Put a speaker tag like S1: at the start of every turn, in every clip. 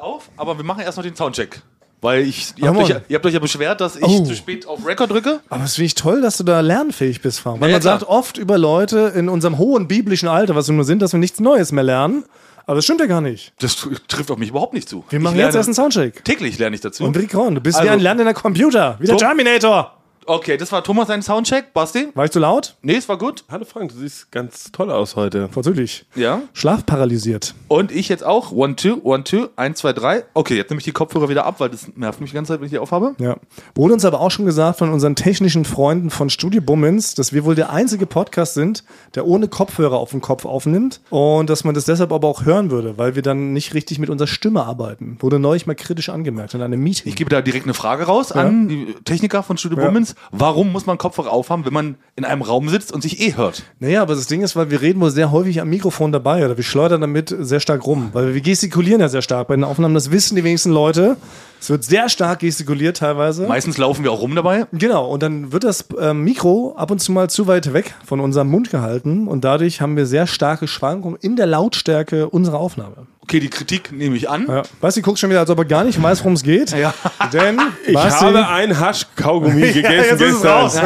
S1: auf, aber wir machen erst noch den Soundcheck. Weil ich, ihr,
S2: Ah,
S1: habt euch, ja-
S2: Mann.
S1: ihr habt euch ja beschwert, dass ich
S2: Oh.
S1: zu spät auf Record drücke.
S2: Aber es finde ich toll, dass du da lernfähig bist, Frank. Weil
S1: Ja,
S2: man
S1: klar.
S2: sagt oft über Leute in unserem hohen biblischen Alter, was wir nur sind, dass wir nichts Neues mehr lernen. Aber das stimmt ja gar nicht.
S1: Das tr- trifft auf mich überhaupt nicht zu.
S2: Wir
S1: Ich
S2: machen
S1: lerne-
S2: jetzt erst einen Soundcheck.
S1: Täglich lerne ich dazu.
S2: Und Rick Ron, du bist wie
S1: Also-
S2: ein lernender Computer. Wie der
S1: So-
S2: Terminator.
S1: Okay, das war Thomas sein Soundcheck. Basti?
S2: War ich zu laut?
S1: Nee, es war gut.
S3: Hallo Frank, du siehst ganz toll aus heute.
S2: Vorzüglich.
S1: Ja.
S2: Schlafparalysiert.
S1: Und ich jetzt auch. One, two, one, two, eins, zwei, drei. Okay, jetzt nehme ich die Kopfhörer wieder ab, weil das nervt mich die ganze Zeit, wenn ich die aufhabe.
S2: Ja. Wurde uns aber auch schon gesagt von unseren technischen Freunden von Studio Bummins, dass wir wohl der einzige Podcast sind, der ohne Kopfhörer auf dem Kopf aufnimmt und dass man das deshalb aber auch hören würde, weil wir dann nicht richtig mit unserer Stimme arbeiten. Wurde neulich mal kritisch angemerkt in einem Meeting.
S1: Ich gebe da direkt eine Frage raus an die Techniker von Studio
S2: Ja.
S1: Bummins. Warum muss man Kopfhörer aufhaben, wenn man in einem Raum sitzt und sich eh hört?
S2: Naja, aber das Ding ist, weil wir reden wohl sehr häufig am Mikrofon dabei oder wir schleudern damit sehr stark rum, weil wir gestikulieren ja sehr stark bei den Aufnahmen. Das wissen die wenigsten Leute. Es wird sehr stark gestikuliert teilweise.
S1: Meistens laufen wir auch rum dabei.
S2: Genau, und dann wird das ähm, Mikro ab und zu mal zu weit weg von unserem Mund gehalten und dadurch haben wir sehr starke Schwankungen in der Lautstärke unserer Aufnahme.
S1: Okay, die Kritik nehme ich an.
S2: Ja. Basti guckt schon wieder, als ob er gar nicht weiß, worum es geht.
S1: Ja.
S2: Denn
S3: Ich
S2: Basti,
S3: habe ein Hasch-Kaugummi gegessen
S2: ja, jetzt ist es
S3: gestern.
S2: raus.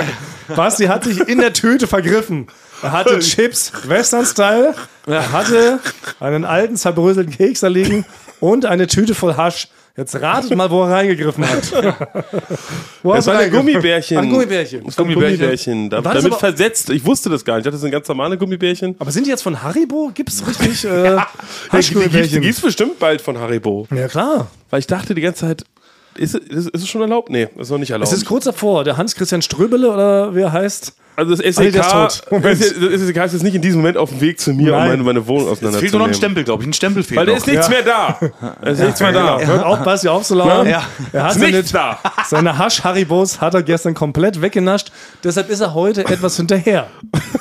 S2: Basti hat sich in der Tüte vergriffen. Er hatte Chips, Western-Style, er hatte einen alten zerbröselten Keks da liegen und eine Tüte voll Hasch. Jetzt ratet mal, wo er reingegriffen hat. Wo
S3: Das
S2: hast du
S3: waren
S2: reingegriffen?
S3: Gummibärchen.
S2: Ein Gummibärchen.
S3: Das waren Gummibärchen. Gummibärchen. Da,
S2: War das
S3: damit
S2: aber-
S3: versetzt. Ich wusste das gar nicht. Ich dachte, das sind ganz normale Gummibärchen.
S2: Aber sind die jetzt von Haribo? Gibt's richtig äh,
S3: Die gibt's, die
S2: Haschgummibärchen?
S3: gibt's bestimmt bald von Haribo.
S2: Ja klar.
S3: Weil ich dachte die ganze Zeit, ist, ist, ist es schon erlaubt? Nee, ist noch nicht erlaubt.
S2: Es ist kurz davor. Der Hans-Christian Ströbele oder wie er heißt.
S3: also das
S2: nee,
S3: SEK,
S2: der ist tot. Moment.
S3: das SEK ist jetzt nicht in diesem Moment auf dem Weg zu mir, um
S2: Nein.
S3: meine, meine Wohnung
S1: Es fehlt nur noch ein
S3: auseinanderzunehmen.
S1: Stempel, glaube ich. Ein Stempel fehlt
S3: Weil da
S1: noch.
S3: ist nichts mehr da. Da ist nichts mehr da.
S2: Hört auf, Basti aufzulaufen.
S1: Ja.
S2: Er hat
S3: Ist
S2: seine,
S3: nichts da.
S2: seine Hasch-Haribos hat er gestern komplett weggenascht. Deshalb ist er heute etwas hinterher.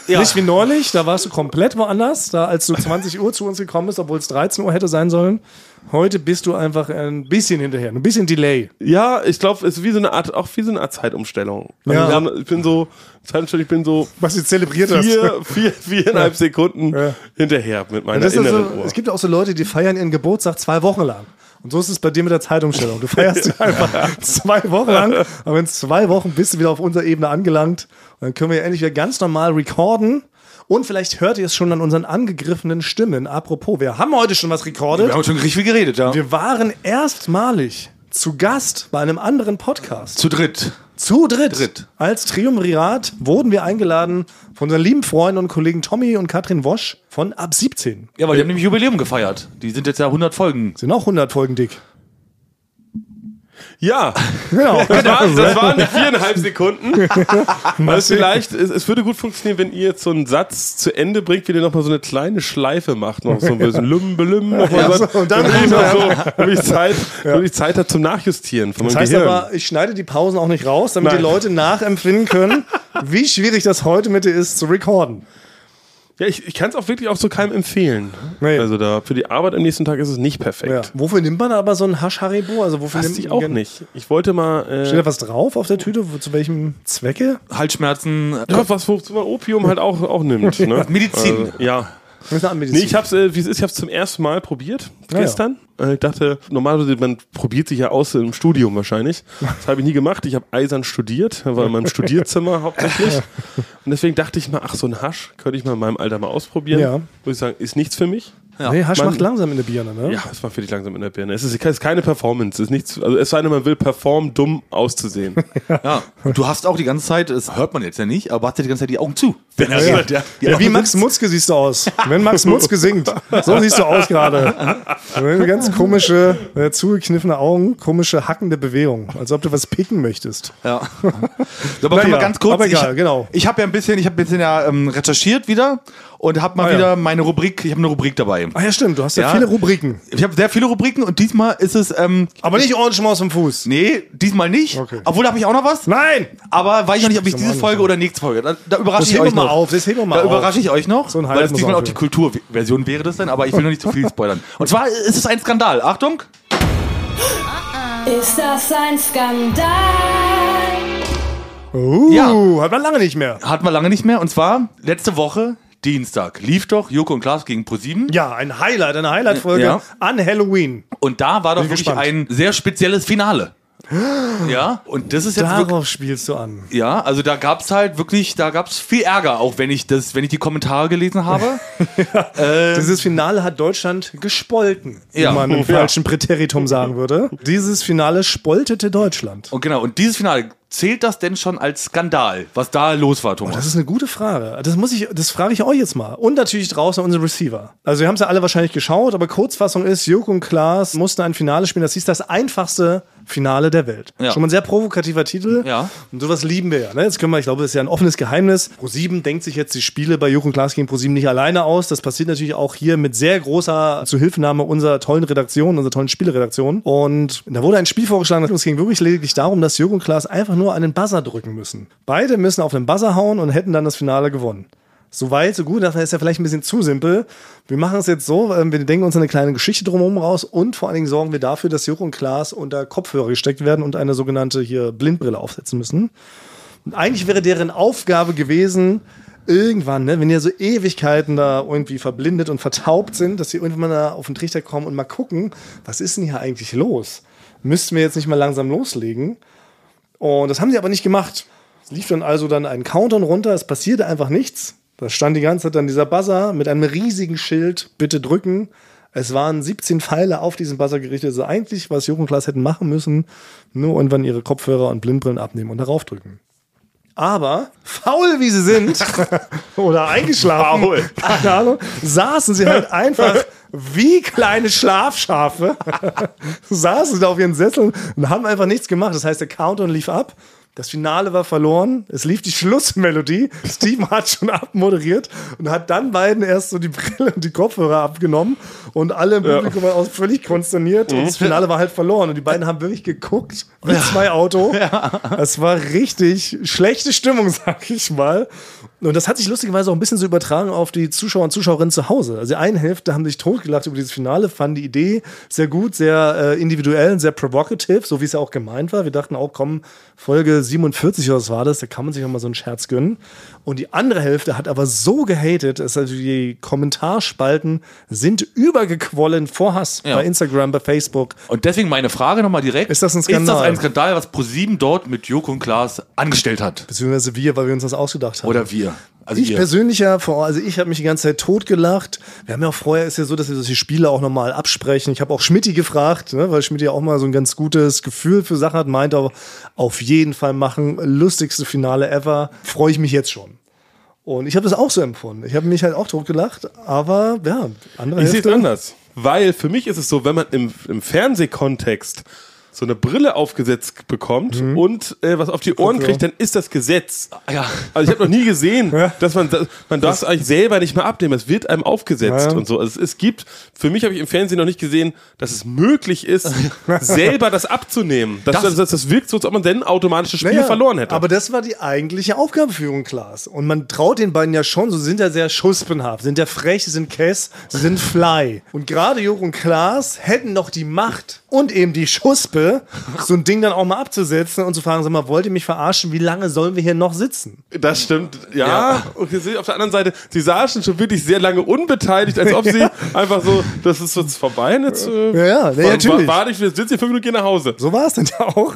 S2: Nicht wie neulich, da warst du komplett woanders, da als du 20 Uhr zu uns gekommen bist, obwohl es 13 Uhr hätte sein sollen. Heute bist du einfach ein bisschen hinterher, ein bisschen Delay.
S3: Ja, ich glaube, es ist wie so eine Art, auch wie so eine Art Zeitumstellung.
S2: Ja.
S3: Also, ich bin so, Zeitumstellung, ich bin so
S2: Was du zelebriert
S3: vier, vier, viereinhalb Sekunden
S2: Ja.
S3: hinterher mit meiner
S2: Das ist
S3: inneren
S2: also,
S3: Uhr.
S2: es gibt ja auch so Leute, die feiern ihren Geburtstag zwei Wochen lang. Und so ist es bei dir mit der Zeitumstellung. Du feierst sie einfach zwei Wochen lang, aber in zwei Wochen bist du wieder auf unserer Ebene angelangt. Und dann können wir endlich wieder ganz normal recorden. Und vielleicht hört ihr es schon an unseren angegriffenen Stimmen. Apropos, wir haben heute schon was recorded.
S1: Wir haben schon richtig viel geredet, ja.
S2: Wir waren erstmalig zu Gast bei einem anderen Podcast.
S1: Zu dritt.
S2: Zu dritt.
S1: Dritt.
S2: Als Triumvirat wurden wir eingeladen von unseren lieben Freunden und Kollegen Tommy und Katrin Wosch von Ab 17.
S1: Ja, weil die haben nämlich Jubiläum gefeiert. Die sind jetzt ja 100 Folgen.
S2: Sind auch 100 Folgen dick.
S3: Ja,
S2: Genau.
S3: das, war, das waren viereinhalb Sekunden. Was vielleicht, es, es würde gut funktionieren, wenn ihr jetzt so einen Satz zu Ende bringt, wie ihr nochmal so eine kleine Schleife macht, noch so ein bisschen lüm, belüm, nochmal
S2: Ja,
S3: so.
S2: so, und dann-
S3: damit ich noch so, damit ich Zeit, damit ich Zeit habe zum Nachjustieren von meinem
S2: Das heißt
S3: Gehirn.
S2: aber, ich schneide die Pausen auch nicht raus, damit
S3: Nein.
S2: die Leute nachempfinden können, wie schwierig das heute mit dir ist zu recorden.
S3: ja, ich, ich kann es auch wirklich auch so keinem empfehlen.
S2: Nee.
S3: Also da, für die Arbeit am nächsten Tag ist es nicht perfekt.
S2: Ja. Wofür nimmt man aber so ein Hasch Haribo? Also wofür
S3: Passt
S2: nimmt
S3: ich auch nicht. Ich wollte mal.
S2: Steht
S3: Äh,
S2: da was drauf auf der Tüte? Wo- Zu welchem Zwecke?
S1: Halsschmerzen. äh,
S3: ja, was wozu man Opium halt auch, auch nimmt. Ne?
S1: Medizin.
S3: Also, ja.
S2: Das ist eine Medizin.
S3: Nee, ich hab's, äh, wie es ist, ich hab's zum ersten Mal probiert
S2: Ah,
S3: gestern. Äh, ich dachte, normalerweise, man probiert sich ja aus im Studium wahrscheinlich. Das habe ich nie gemacht. Ich habe eisern studiert, war in meinem Studierzimmer hauptsächlich. Und deswegen dachte ich mal, ach, so ein Hasch könnte ich mal in meinem Alter mal ausprobieren.
S2: Ja.
S3: Muss ich sagen, ist nichts für mich.
S2: nee, Hasch
S3: Man-
S2: macht langsam in der Birne, ne?
S3: Ja, es war völlig langsam in der Birne. Es ist, es ist keine Performance. Es ist nichts, also es sei denn, man will performen, dumm auszusehen.
S1: Ja. Und du hast auch die ganze Zeit, das hört man jetzt ja nicht, aber hast ja die ganze Zeit die Augen zu. Wenn er
S2: Ja.
S1: redet, ja. Die
S2: Ja,
S1: Augen
S2: wie
S1: sind-
S2: Max Mutzke siehst du aus. Wenn Max Mutzke singt, so siehst du aus gerade. Ganz komische, äh, zugekniffene Augen, komische hackende Bewegung, als ob du was picken möchtest.
S1: Ja. So, aber
S2: Naja,
S1: mal ganz kurz.
S2: aber egal,
S1: ich,
S2: genau.
S1: Ich habe ja ein bisschen, ich habe ein bisschen ja ähm, recherchiert wieder und habe mal
S2: Ah, ja.
S1: wieder meine Rubrik. Ich habe eine Rubrik dabei.
S2: Ah ja, stimmt, du hast ja,
S1: Ja.
S2: viele Rubriken.
S1: Ich habe sehr viele Rubriken und diesmal ist es. Ähm,
S2: Aber nicht orange Maus vom Fuß.
S1: nee, diesmal nicht.
S2: Okay.
S1: Obwohl da habe ich auch noch was.
S2: Nein!
S1: Aber weiß ich noch nicht, ob ich
S2: Zum
S1: diese
S2: anderen
S1: Folge
S2: schon.
S1: oder nächste Folge. Da, da überrasche
S2: Das
S1: ich
S2: heben
S1: euch
S2: wir mal
S1: noch.
S2: auf, das heben wir mal
S1: da
S2: auf.
S1: überrasche ich euch noch,
S2: So ein
S1: weil
S2: Highlight
S1: das
S2: muss
S1: diesmal auch
S2: aufhören.
S1: die Kulturversion wäre das denn, aber ich will noch nicht zu viel spoilern. Und zwar ist es ein Skandal. Achtung!
S4: Ist das ein Skandal?
S2: Uh,
S1: Ja.
S2: hat man lange nicht mehr.
S1: Hatten wir lange nicht mehr. Und zwar letzte Woche Dienstag lief doch Joko und Klaas gegen ProSieben.
S2: Ja, ein Highlight, eine Highlight-Folge
S1: Ja.
S2: an Halloween.
S1: Und da war doch
S2: Bin
S1: wirklich
S2: gespannt.
S1: ein sehr spezielles Finale. Ja, und das ist jetzt wirklich,
S2: Darauf spielst du an.
S1: ja, also da gab's halt wirklich, da gab's viel Ärger, auch wenn ich das, wenn ich die Kommentare gelesen habe.
S2: Ähm, Dieses Finale hat Deutschland gespolten,
S1: Ja.
S2: wie man
S1: Ja.
S2: im falschen Präteritum sagen würde. Dieses Finale spoltete Deutschland.
S1: Und genau, und dieses Finale, zählt das denn schon als Skandal, was da los war, Thomas?
S2: Das ist eine gute Frage. Das muss ich, das frage ich euch jetzt mal. Und natürlich draußen unsere Receiver. Also wir haben es ja alle wahrscheinlich geschaut, aber Kurzfassung ist, Jürgen und Klaas mussten ein Finale spielen. Das hieß das einfachste Finale der Welt.
S1: Ja.
S2: Schon mal ein sehr provokativer Titel.
S1: Ja.
S2: Und sowas lieben wir ja. Ne? Jetzt können wir, ich glaube, das ist ja ein offenes Geheimnis. ProSieben denkt sich jetzt die Spiele bei Jürgen Klaas gegen ProSieben nicht alleine aus. Das passiert natürlich auch hier mit sehr großer Zuhilfenahme unserer tollen Redaktion, unserer tollen Spieleredaktion. Und da wurde ein Spiel vorgeschlagen, das ging wirklich lediglich darum, dass Jürgen Klaas einfach nur einen Buzzer drücken müssen. Beide müssen auf den Buzzer hauen und hätten dann das Finale gewonnen. So weit, so gut. Das ist ja vielleicht ein bisschen zu simpel. Wir machen es jetzt so, ähm, wir denken uns eine kleine Geschichte drumherum raus und vor allen Dingen sorgen wir dafür, dass Jürgen und Klaas unter Kopfhörer gesteckt werden und eine sogenannte hier Blindbrille aufsetzen müssen. Und eigentlich wäre deren Aufgabe gewesen, irgendwann, ne, wenn ja so Ewigkeiten da irgendwie verblindet und vertaubt sind, dass sie irgendwann mal da auf den Trichter kommen und mal gucken, was ist denn hier eigentlich los? Müssten wir jetzt nicht mal langsam loslegen? Und das haben sie aber nicht gemacht. Es lief dann also dann ein Countdown runter, es passierte einfach nichts. Da stand die ganze Zeit dann dieser Buzzer mit einem riesigen Schild, bitte drücken. Es waren 17 Pfeile auf diesen Buzzer gerichtet. Also eigentlich, was Jürgen und Klaas hätten machen müssen, nur irgendwann ihre Kopfhörer und Blindbrillen abnehmen und darauf drücken. Aber faul wie sie sind oder eingeschlafen, keine Ahnung, saßen sie halt einfach wie kleine Schlafschafe, saßen sie da auf ihren Sesseln und haben einfach nichts gemacht. Das heißt, der Countdown lief ab. Das Finale war verloren. Es lief die Schlussmelodie. Steven hat schon abmoderiert und hat dann beiden erst so die Brille und die Kopfhörer abgenommen und alle im Publikum waren auch völlig konsterniert und das Finale war halt verloren und die beiden haben wirklich geguckt wie zwei Auto. Das war richtig schlechte Stimmung, sag ich mal. Und das hat sich lustigerweise auch ein bisschen so übertragen auf die Zuschauer und Zuschauerinnen zu Hause. Also die eine Hälfte haben sich totgelacht über dieses Finale, fanden die Idee sehr gut, sehr äh, individuell, und sehr provocative, so wie es ja auch gemeint war. Wir dachten auch, komm, Folge 47 oder was war das, da kann man sich auch mal so einen Scherz gönnen. Und die andere Hälfte hat aber so gehatet, dass also die Kommentarspalten sind übergequollen vor Hass
S1: Ja.
S2: bei Instagram, bei Facebook.
S1: Und deswegen meine Frage nochmal direkt.
S2: Ist das ein
S1: Ist das
S2: Skandal?
S1: ein Skandal, was ProSieben dort mit Joko und Klaas angestellt hat?
S2: Beziehungsweise wir, weil wir uns das ausgedacht haben.
S1: Oder wir? Also
S2: ich persönlich ja, vor- also ich habe mich die ganze Zeit totgelacht. Wir haben ja auch vorher, ist ja so, dass wir solche Spiele auch nochmal absprechen. Ich habe auch Schmidti gefragt, ne, weil Schmidti ja auch mal so ein ganz gutes Gefühl für Sachen hat, meinte auch, auf jeden Fall machen, lustigste Finale ever, freue ich mich jetzt schon. Und ich habe das auch so empfunden. Ich habe mich halt auch totgelacht, aber ja, andere
S3: Ich sehe es
S2: Hälfte-
S3: anders. Weil für mich ist es so, wenn man im, im Fernsehkontext so eine Brille aufgesetzt bekommt und äh, was auf die Ohren
S2: Kopfhörer.
S3: kriegt, dann ist das Gesetz.
S1: Ja.
S3: Also ich habe noch nie gesehen, dass man das- man darf es eigentlich selber nicht mehr abnehmen. Es wird einem aufgesetzt
S2: Ja.
S3: und so. Also es, es gibt für mich habe ich im Fernsehen noch nicht gesehen, dass es möglich ist, selber das abzunehmen. Das,
S1: Das-
S3: das, das, das wirkt so, als ob man dann automatisch das Spiel
S2: Naja,
S3: verloren hätte.
S2: Aber das war die eigentliche Aufgabeführung, Klaas. Und man traut den beiden ja schon, so sie sind ja sehr schuspenhaft, sind ja frech, sie sind Kess, sie sind Fly. Und gerade Jürgen und Klaas hätten noch die Macht und eben die Schuspe, so ein Ding dann auch mal abzusetzen und zu fragen, sag mal, wollt ihr mich verarschen? Wie lange sollen wir hier noch sitzen?
S3: Das stimmt, ja. Und wir sehen auf der anderen Seite, sie saßen schon wirklich sehr lange unbeteiligt, als ob sie einfach so, das ist jetzt vorbei. Jetzt, äh,
S2: Ja, ja, nee,
S3: wa- wa-
S2: natürlich.
S3: Warte ich, wir sitzen hier fünf Minuten, gehen nach Hause.
S2: So war es denn ja auch.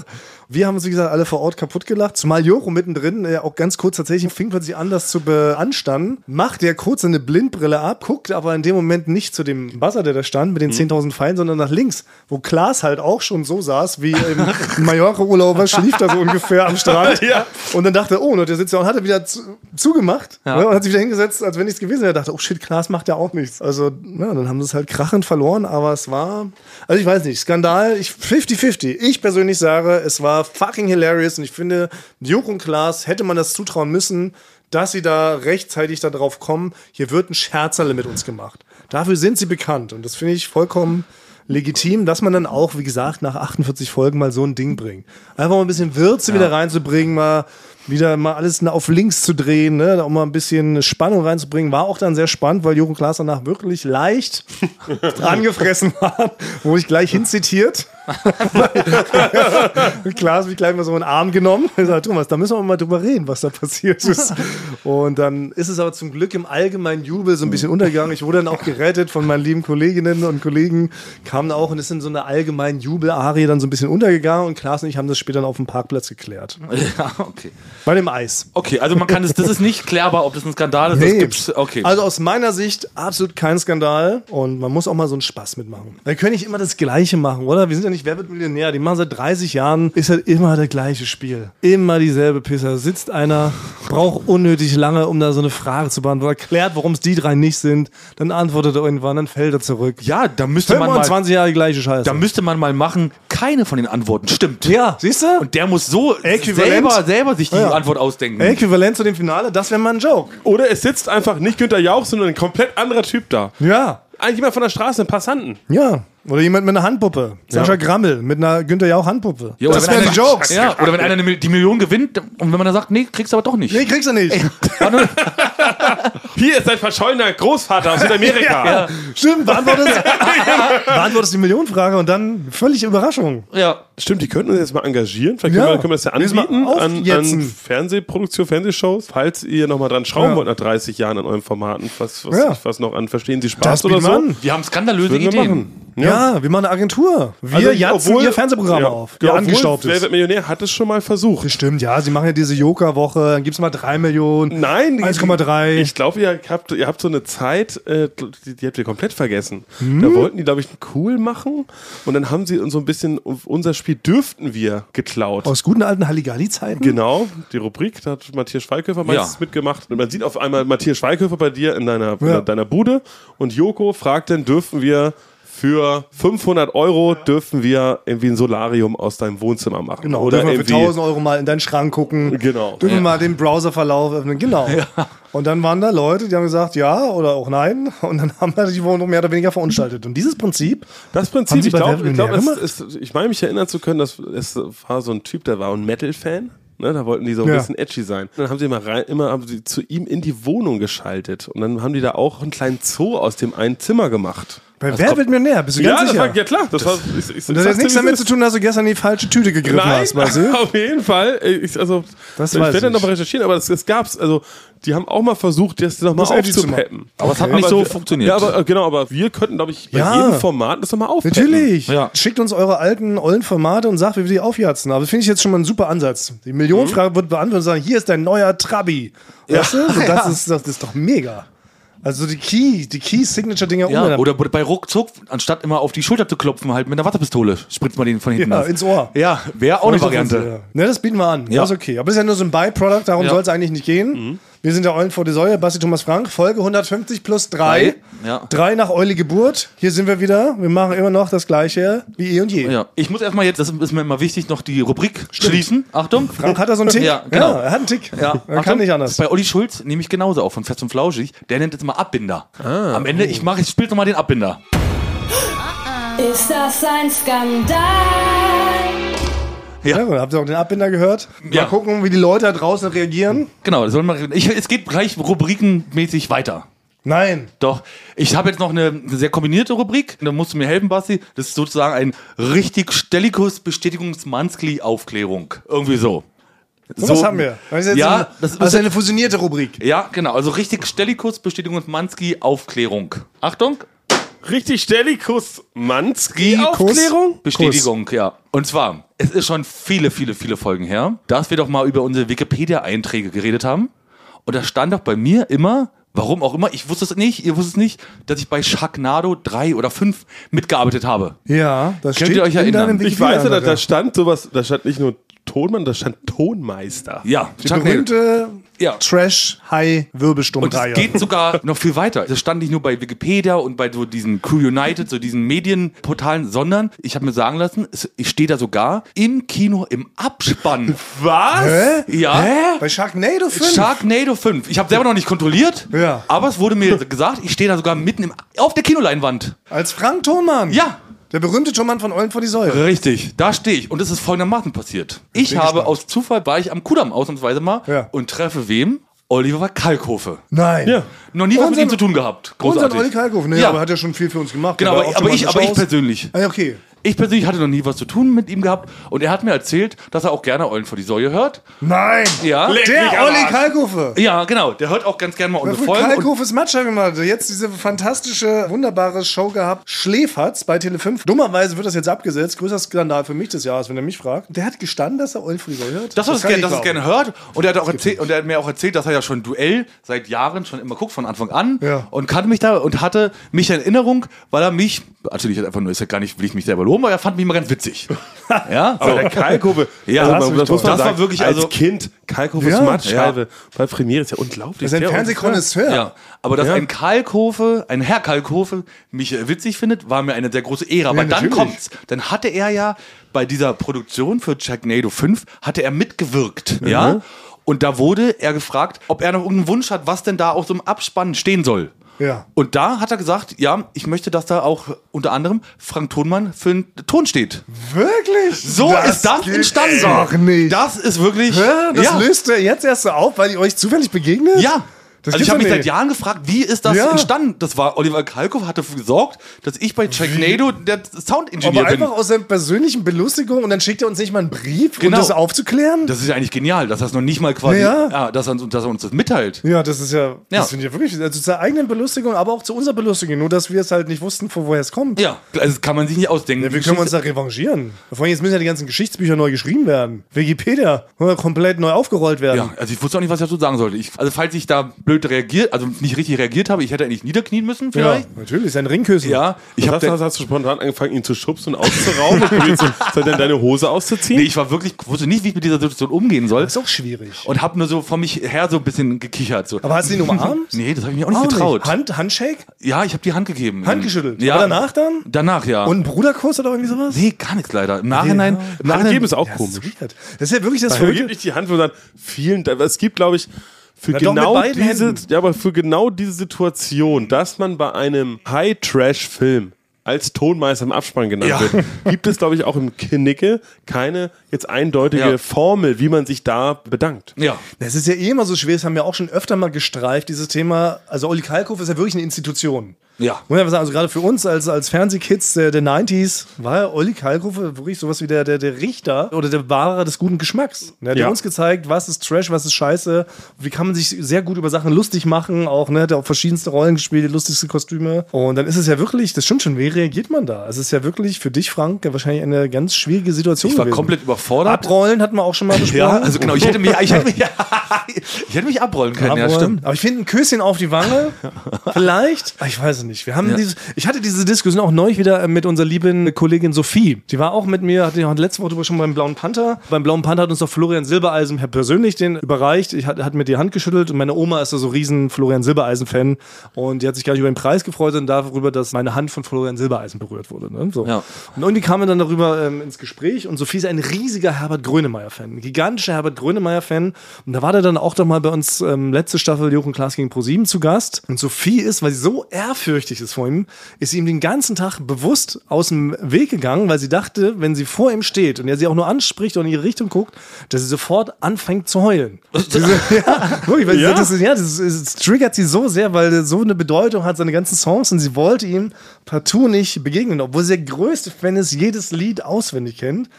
S2: Wir haben uns, wie gesagt, alle vor Ort kaputt gelacht. Zumal Joko mittendrin äh, auch ganz kurz tatsächlich fing plötzlich an, das zu beanstanden. Macht er kurz eine Blindbrille ab, guckt aber in dem Moment nicht zu dem Buzzer, der da stand, mit den 10.000 Pfeilen, sondern nach links, wo Klaas halt auch schon so saß, wie im Mallorca-Urlauber, schlief da so ungefähr am Strand.
S3: Ja.
S2: Und dann dachte er, oh, und der sitzt ja und hat er wieder zu, zugemacht
S1: Ja.
S2: ne, und hat sich wieder hingesetzt, als wenn nichts gewesen wäre. Er dachte, oh shit, Klaas macht ja auch nichts. Also, na, dann haben sie es halt krachend verloren, aber es war, also ich weiß nicht, Skandal, ich 50-50. Ich persönlich sage, es war fucking hilarious und ich finde, Joko und Klaas hätte man das zutrauen müssen, dass sie da rechtzeitig darauf kommen, hier wird ein Scherzerle mit uns gemacht. Dafür sind sie bekannt und das finde ich vollkommen legitim, dass man dann auch, wie gesagt, nach 48 Folgen mal so ein Ding bringt. Einfach mal ein bisschen Würze wieder reinzubringen, mal wieder mal alles auf links zu drehen, ne? um mal ein bisschen Spannung reinzubringen. War auch dann sehr spannend, weil Jürgen Klaas danach wirklich leicht angefressen war. Wurde ich gleich hinzitiert. Klar, habe ich gleich mal so einen Arm genommen. Ich sage, Thomas, da müssen wir mal drüber reden, was da passiert ist. Und dann ist es aber zum Glück im allgemeinen Jubel so ein bisschen untergegangen. Ich wurde dann auch gerettet von meinen lieben Kolleginnen und Kollegen, kamen da auch und ist in so einer allgemeinen Jubelarie dann so ein bisschen untergegangen. Und Klaas und ich haben das später dann auf dem Parkplatz geklärt.
S1: Ja, okay.
S2: Bei dem Eis.
S1: Okay, also man kann das, das ist nicht klärbar, ob das ein Skandal ist. Das gibt's, okay.
S2: Also aus meiner Sicht absolut kein Skandal und man muss auch mal so einen Spaß mitmachen. Wir können nicht immer das Gleiche machen, oder? Wir sind ja nicht Wer wird Millionär. Die machen seit 30 Jahren, ist halt immer das gleiche Spiel. Immer dieselbe Pisser. Sitzt einer, braucht unnötig lange, um da so eine Frage zu beantworten, erklärt, warum es die drei nicht sind, dann antwortet er irgendwann, dann fällt er zurück.
S1: ja, da müsste man mal,
S2: 25 Jahre die gleiche Scheiße.
S1: da müsste man mal machen, keine von den Antworten stimmt.
S2: ja, siehst du?
S1: Und der muss so
S2: Äquivalent.
S1: selber, selber sich die
S2: Ja.
S1: Antwort ausdenken.
S2: Äquivalent zu dem Finale, das wäre mal ein Joke.
S3: Oder es sitzt einfach nicht Günther Jauch, sondern ein komplett anderer Typ da.
S2: Ja.
S3: Eigentlich jemand von der Straße, ein Passanten.
S2: Ja. Oder jemand mit einer Handpuppe. Sascha Grammel mit einer Günther Jauch Handpuppe.
S1: Ja, oder
S2: das
S1: wenn
S2: wären die
S1: einer-
S2: Jokes.
S1: Ja, oder wenn einer eine Mil- die Million gewinnt und wenn man dann sagt, nee, kriegst du aber doch nicht.
S2: Nee, kriegst du nicht.
S3: Hier ist ein verschollener Großvater aus Südamerika.
S2: Stimmt, beantwortest, beantwortest die Millionenfrage und dann völlig Überraschung.
S1: Ja.
S3: Stimmt, die könnten uns jetzt mal engagieren. Vielleicht
S2: Ja.
S3: können, wir, können wir das ja
S2: Müssen wir
S3: anbieten an,
S2: aufjetzen.
S3: an Fernsehproduktion, Fernsehshows. Falls ihr nochmal dran schrauben
S2: Ja.
S3: wollt nach 30 Jahren an euren Formaten, was, was,
S2: Ja.
S3: was noch an Verstehen Sie
S2: Das
S3: Spaß oder
S2: bieten
S3: so,
S2: wir an.
S1: Wir haben skandalöse
S3: würden wir
S1: Ideen.
S3: machen.
S2: Ja. wir machen eine Agentur. Wir
S3: Also,
S2: jatzen ihr Fernsehprogramm
S3: ja,
S2: auf.
S3: Ja,
S2: Ja,
S3: obwohl
S2: angestaubt
S3: Wer
S2: ist.
S3: wird Millionär hat es schon mal versucht.
S2: Bestimmt, ja, sie machen ja diese Joker-Woche, dann gibt's mal 3 Millionen.
S3: Nein, die-
S2: 1,3.
S3: Ich glaube, ihr habt, ihr habt so eine Zeit, äh, die, die habt ihr komplett vergessen.
S2: Hm?
S3: Da wollten die, glaube ich, cool machen und dann haben sie uns so ein bisschen unser Spiel dürften wir geklaut.
S2: Aus guten alten Halligalli-Zeiten.
S3: Genau, die Rubrik, da hat Matthias Schweighöfer meistens
S1: Ja.
S3: mitgemacht. Und man sieht auf einmal Matthias Schweighöfer bei dir in deiner,
S2: Ja.
S3: in deiner Bude und Joko fragt dann, dürfen wir für 500 Euro dürfen wir irgendwie ein Solarium aus deinem Wohnzimmer machen?
S2: Genau,
S3: oder
S2: dürfen wir für
S3: irgendwie
S2: 1000 Euro mal in deinen Schrank gucken.
S3: Genau.
S2: Dürfen wir
S1: Ja.
S2: mal den Browserverlauf öffnen. Genau. Und dann waren da Leute, die haben gesagt, ja oder auch nein. Und dann haben wir die Wohnung mehr oder weniger verunstaltet. Und dieses Prinzip,
S3: Das
S2: Haben
S3: Prinzip,
S2: Sie
S3: ich
S2: bei
S3: glaube,
S2: Wer wird
S3: ich, glaub,
S2: Millionär
S3: es ist- ich meine mich erinnern zu können, dass es war so ein Typ, der war ein Metal-Fan. Ne, da wollten die so ein
S2: Ja.
S3: bisschen edgy sein. Dann haben sie immer, rein, immer haben sie zu ihm in die Wohnung geschaltet. Und dann haben die da auch einen kleinen Zoo aus dem einen Zimmer gemacht.
S2: bei wer wird mir näher? Bist du ganz
S3: das
S2: sicher?
S3: war, ja klar. Das, war, ich, ich,
S2: das hat jetzt nichts damit zu tun, dass du gestern in die falsche Tüte gegriffen
S3: Nein,
S2: hast, weißt du?
S3: auf jeden Fall. Ich, also,
S2: Das
S3: ich
S2: weiß
S3: werde dann
S2: ich.
S3: noch mal recherchieren, aber das, das gab's. Also, die haben auch mal versucht, das noch mal
S2: Das edgy zu machen.
S3: aufzupeppen.
S1: Aber es hat nicht
S3: Aber
S1: so
S3: wir-
S1: funktioniert.
S3: Ja, aber, äh, genau, aber wir könnten, glaube ich, bei
S2: Ja.
S3: jedem Format das nochmal aufpeppen.
S2: Natürlich.
S1: Ja.
S2: Schickt uns eure alten, ollen Formate und sagt, wie wir die aufjatzen. Aber das finde ich jetzt schon mal ein super Ansatz. Die
S1: Mhm.
S2: Millionenfrage wird beantwortet und sagen, hier ist dein neuer Trabi. Weißt du? So, das, ist, das ist doch mega. Also die Key, die Key-Signature-Dinger
S1: Ja,
S2: umändern.
S1: oder bei Ruckzuck, anstatt immer auf die Schulter zu klopfen, halt mit einer Wasserpistole spritzt man den von hinten.
S2: Ja,
S1: aus.
S2: ins Ohr.
S1: Ja, wäre auch eine Variante.
S2: Ne, das bieten wir an.
S1: Ja.
S2: Das ist okay. Aber das ist ja nur so ein Byproduct, darum
S1: Ja. Mhm.
S2: soll es eigentlich nicht gehen. Wir sind der Eulen vor die Säule, Basti Thomas Frank, Folge 150 plus 3.
S1: Drei, ja.
S2: Drei nach Eule Geburt. Hier sind wir wieder. Wir machen immer noch das Gleiche wie eh und je.
S1: Ja. Ich muss erstmal jetzt, das ist mir immer wichtig, noch die Rubrik schließen. Achtung.
S2: Frank hat er so einen Tick?
S1: Ja, genau.
S2: er hat einen Tick.
S1: Ja,
S2: er kann
S1: Achtung,
S2: nicht anders.
S1: Bei Olli Schulz nehme ich genauso auf von Fest und Flauschig. Der nennt jetzt mal Abbinder. Am Ende, ich mache, ich spiele nochmal den Abbinder.
S4: Ist das ein Skandal?
S2: Ja, gut, habt ihr auch den Abbinder gehört? Mal
S1: Ja.
S2: gucken, wie die Leute da draußen reagieren.
S1: Genau, das soll man, ich, es geht gleich rubrikenmäßig weiter.
S2: Nein.
S1: Doch, ich habe jetzt noch eine, eine sehr kombinierte Rubrik. Da musst du mir helfen, Basti. Das ist sozusagen ein richtig stellikus bestätigungsmanskli aufklärung Irgendwie so.
S2: Und
S1: So-
S2: was haben wir? Das ist jetzt
S1: Ja,
S2: eine,
S1: das
S2: das
S1: ist-
S2: ist eine fusionierte Rubrik.
S1: Ja, genau. Also richtig Stellikus bestätigungsmanskli aufklärung Achtung.
S3: Richtig Stellikus Manski
S2: Kuss.
S3: Aufklärung?
S1: Bestätigung, ja. Und zwar, es ist schon viele, viele, viele Folgen her, dass wir doch mal über unsere Wikipedia-Einträge geredet haben. Und da stand doch bei mir immer, warum auch immer, ich wusste es nicht, ihr wusstet es nicht, dass ich bei Sharknado 3 oder 5 mitgearbeitet habe.
S2: Ja, das
S1: Könnt ihr euch
S2: in
S1: erinnern?
S2: deinem
S3: Ich weiß ja, da,
S2: Wikipedia-Eintrag.
S3: da stand sowas, da stand nicht nur Tonmann, da stand Tonmeister.
S1: Ja,
S2: Die berühmte
S1: Ja. Und
S2: Trash-High-Wirbelsturm-Reihe.
S1: es geht sogar noch viel weiter. Das stand nicht nur bei Wikipedia und bei so diesen Crew United, so diesen Medienportalen, sondern ich habe mir sagen lassen, es- ich stehe da sogar im Kino im Abspann.
S3: Was?
S2: Hä?
S1: Ja.
S2: Bei Sharknado 5?
S1: Sharknado 5. Ich habe selber noch nicht kontrolliert,
S2: Ja.
S1: aber es wurde mir gesagt, ich stehe da sogar mitten im, auf der Kinoleinwand.
S2: Als Frank Thonmann.
S1: Ja.
S2: Der berühmte Thonmann von Eulen vor die Säule.
S1: Richtig, da stehe ich. Und es ist folgendermaßen passiert. Ich
S2: bin
S1: habe
S2: gespannt.
S1: aus Zufall, war ich am Kudamm ausnahmsweise mal
S2: Ja.
S1: und treffe wem? Oliver Kalkofe.
S2: Nein.
S3: Ja.
S1: Noch nie was mit
S2: Unseren-
S1: ihm zu tun gehabt.
S2: Unser
S1: Großartig.
S2: Olli Kalkow. Nee,
S1: Ja.
S2: aber hat ja schon viel für uns gemacht.
S1: Genau,
S2: Der
S1: aber,
S2: war auch
S1: aber,
S2: schon
S1: ich,
S2: mal
S1: aber ich
S2: geschaut.
S1: persönlich.
S2: Ah, ja, okay.
S1: Ich persönlich hatte noch nie was zu tun mit ihm gehabt und er hat mir erzählt, dass er auch gerne Eulen vor die Säue hört.
S2: Nein!
S1: Ja.
S2: Der Olli Kalkofe!
S1: Ja, genau. Der hört auch ganz gerne mal unsere
S2: Mit
S1: Folgen. und-
S2: Kalkofes Matcha gemacht. Jetzt diese fantastische, wunderbare Show gehabt. Schläferz bei Tele5. Dummerweise wird das jetzt abgesetzt. Größter Skandal für mich des Jahres, wenn er mich fragt. Der hat gestanden, dass er Olli Frieger hört.
S1: Das, was
S2: kann
S1: gerne,
S2: ich
S1: dass es
S2: glauben.
S1: gerne hört. Und er, hat auch erzählt, und er hat mir auch erzählt, dass er ja schon Duell seit Jahren schon immer guckt, von Anfang an.
S2: Ja.
S1: Und kannte mich da und hatte mich in Erinnerung, weil er mich, natürlich hat einfach nur, ist ja gar nicht, will ich mich selber loben, aber er fand mich immer ganz witzig. ja,
S3: Aber der Kalkofe,
S1: Ja,
S3: also
S1: das
S3: man-
S1: ist
S3: das muss man
S1: toll. Das war
S3: sagen,
S1: wirklich,
S3: als
S1: also-
S3: Kind Kalkofes
S2: Ja.
S3: Mattscheibe bei Premiere ist ja unglaublich.
S2: Das ist ein
S3: Der-
S2: Fernsehkronisseur.
S1: Ja, aber dass
S3: Ja.
S1: ein Kalkofe, ein Herr Kalkofe mich äh, witzig findet, war mir eine sehr große Ehre. Aber
S2: Ja,
S1: dann
S2: natürlich.
S1: kommt's. Dann hatte er ja bei dieser Produktion für Sharknado 5 hatte er mitgewirkt,
S2: Mhm.
S1: ja? Und da wurde er gefragt, ob er noch irgendeinen Wunsch hat, was denn da auch so im Abspann stehen soll.
S2: Ja.
S1: Und da hat er gesagt, ja, ich möchte, dass da auch unter anderem Frank Thonmann für den Ton steht.
S2: Wirklich?
S1: So ist das
S2: geht
S1: entstanden.
S2: Doch nicht.
S1: Das ist wirklich.
S2: Hä? das
S1: ja.
S2: löst er jetzt erst so auf, weil ihr euch zufällig begegnet?
S1: Ja.
S2: Das
S1: also
S2: gibt's
S1: ich habe
S2: doch
S1: mich
S2: nicht.
S1: seit Jahren gefragt, wie ist das
S2: Ja.
S1: entstanden? Das war Oliver Kalkow hatte dafür gesorgt, dass ich bei Checknado der Soundingenieur
S2: Aber
S1: bin.
S2: einfach aus seiner persönlichen Belustigung und dann schickt er uns nicht mal einen Brief,
S1: Genau.
S2: um das aufzuklären?
S1: Das ist ja eigentlich genial, dass das noch nicht mal quasi,
S2: Ja.
S1: ja, dass, er uns, dass er uns das mitteilt.
S2: ja, das ist ja,
S1: Ja.
S2: das finde ich ja wirklich, also zur eigenen Belustigung, aber auch zu unserer Belustigung, nur dass wir es halt nicht wussten, von woher es kommt.
S1: Ja, also das kann man sich nicht ausdenken.
S2: Ja, wir können uns da revanchieren. Vor allem jetzt müssen ja die ganzen Geschichtsbücher neu geschrieben werden. Wikipedia muss ja komplett neu aufgerollt werden.
S1: ja, also ich wusste auch nicht, was ich dazu sagen sollte. Ich, also falls ich da blöd reagiert, also nicht richtig reagiert habe, ich hätte eigentlich niederknien müssen
S2: Ja,
S1: vielleicht.
S2: natürlich, ist ein Ringküssen.
S1: genau. Ja, ich
S3: Ich
S1: habe
S3: hast, hast, hast du spontan angefangen, ihn zu schubsen und auszurauben? und probiert zu- soll denn deine Hose auszuziehen?
S1: nee, ich war wirklich wusste nicht, wie ich mit dieser Situation umgehen soll
S2: Ist auch schwierig.
S1: und habe nur so von mich her so ein bisschen gekichert so.
S2: Aber hast du ihn umarmt?
S1: nee, das habe ich mir auch nicht
S2: Auch nicht.
S1: getraut.
S2: Hand, Handshake?
S1: Ja, ich habe die Hand gegeben.
S2: Hand geschüttelt.
S1: Ja.
S2: Aber danach dann?
S1: Danach, ja.
S2: Und einen Bruderkuss oder irgendwie sowas?
S1: Ah. nee, gar nichts leider. Im Nachhinein.
S2: Ja.
S1: Im Nachhinein
S3: Handgeben ist auch
S2: Ja, Das
S3: komisch.
S2: ist, weird. das ist ja wirklich das
S3: Also
S2: Verrückte.
S3: gib nicht die Hand und dann vielen Dank. Es gibt, glaube ich, für
S2: Na doch, mit
S3: genau
S2: beiden
S3: diese,
S2: Händen.
S3: ja, aber für genau diese Situation, dass man bei einem High-Trash-Film als Tonmeister im Abspann genannt
S1: Ja.
S3: wird, gibt es, glaube ich, auch im Knicke keine jetzt eindeutige
S1: Ja.
S3: Formel, wie man sich da bedankt.
S1: ja.
S2: Das ist ja eh immer so schwer, das haben wir auch schon öfter mal gestreift, dieses Thema. Also Olli Kalkofe ist ja wirklich eine Institution.
S1: Ja.
S2: Muss ich einfach sagen, also gerade für uns als, als Fernsehkids der, der 90s war ja Olli Kalkofe wirklich sowas wie der, der, der Richter oder der Wahrer des guten Geschmacks. Ne, der
S3: Ja.
S2: hat uns gezeigt, was ist Trash, was ist Scheiße, wie kann man sich sehr gut über Sachen lustig machen, auch, ne, hat er auch verschiedenste Rollen gespielt, die lustigsten Kostüme. Und dann ist es ja wirklich, das stimmt schon, wie reagiert man da? Es ist ja wirklich für dich, Frank, ja wahrscheinlich eine ganz schwierige Situation
S1: Ich war
S2: gewesen.
S1: komplett überfordert.
S2: Abrollen hatten wir auch schon mal besprochen.
S1: ja, also genau, ich hätte mich, ich hätte mich, ich hätte mich abrollen können, ja,
S2: Abrollen.
S1: stimmt.
S2: Aber ich finde ein Küsschen auf die Wange, vielleicht. Ah, Ich weiß es nicht. Wir haben dieses, ich hatte diese Diskussion auch neulich wieder äh, mit unserer lieben Kollegin Sophie. Die war auch mit mir, hatte ja letzte Woche drüber schon beim Blauen Panther. Beim Blauen Panther hat uns doch Florian Silbereisen persönlich den überreicht. Ich hat, hat mir die Hand geschüttelt und meine Oma ist da so riesen Florian Silbereisen-Fan und die hat sich gar nicht über den Preis gefreut, sondern darüber, dass meine Hand von Florian Silbereisen berührt wurde. Ne? So.
S1: Ja.
S2: Und irgendwie kamen dann darüber ähm, ins Gespräch und Sophie ist ein riesiger Herbert Grönemeyer-Fan, ein gigantischer Herbert Grönemeyer-Fan. Und da war der dann auch doch mal bei uns ähm, letzte Staffel Jochen Klaas gegen ProSieben zu Gast. Und Sophie ist, weil sie so ehrfürchtig ist vor ihm, ist ihm den ganzen Tag bewusst aus dem Weg gegangen, weil sie dachte, wenn sie vor ihm steht und er sie auch nur anspricht und in ihre Richtung guckt, dass sie sofort anfängt zu heulen. Diese, ja, wirklich, weil
S3: Ja.
S2: Sie, das, ist- ja, das, ist- das triggert sie so sehr, weil der so eine Bedeutung hat, seine ganzen Songs und sie wollte ihm partout nicht begegnen, obwohl sie der größte Fan ist, jedes Lied auswendig kennt.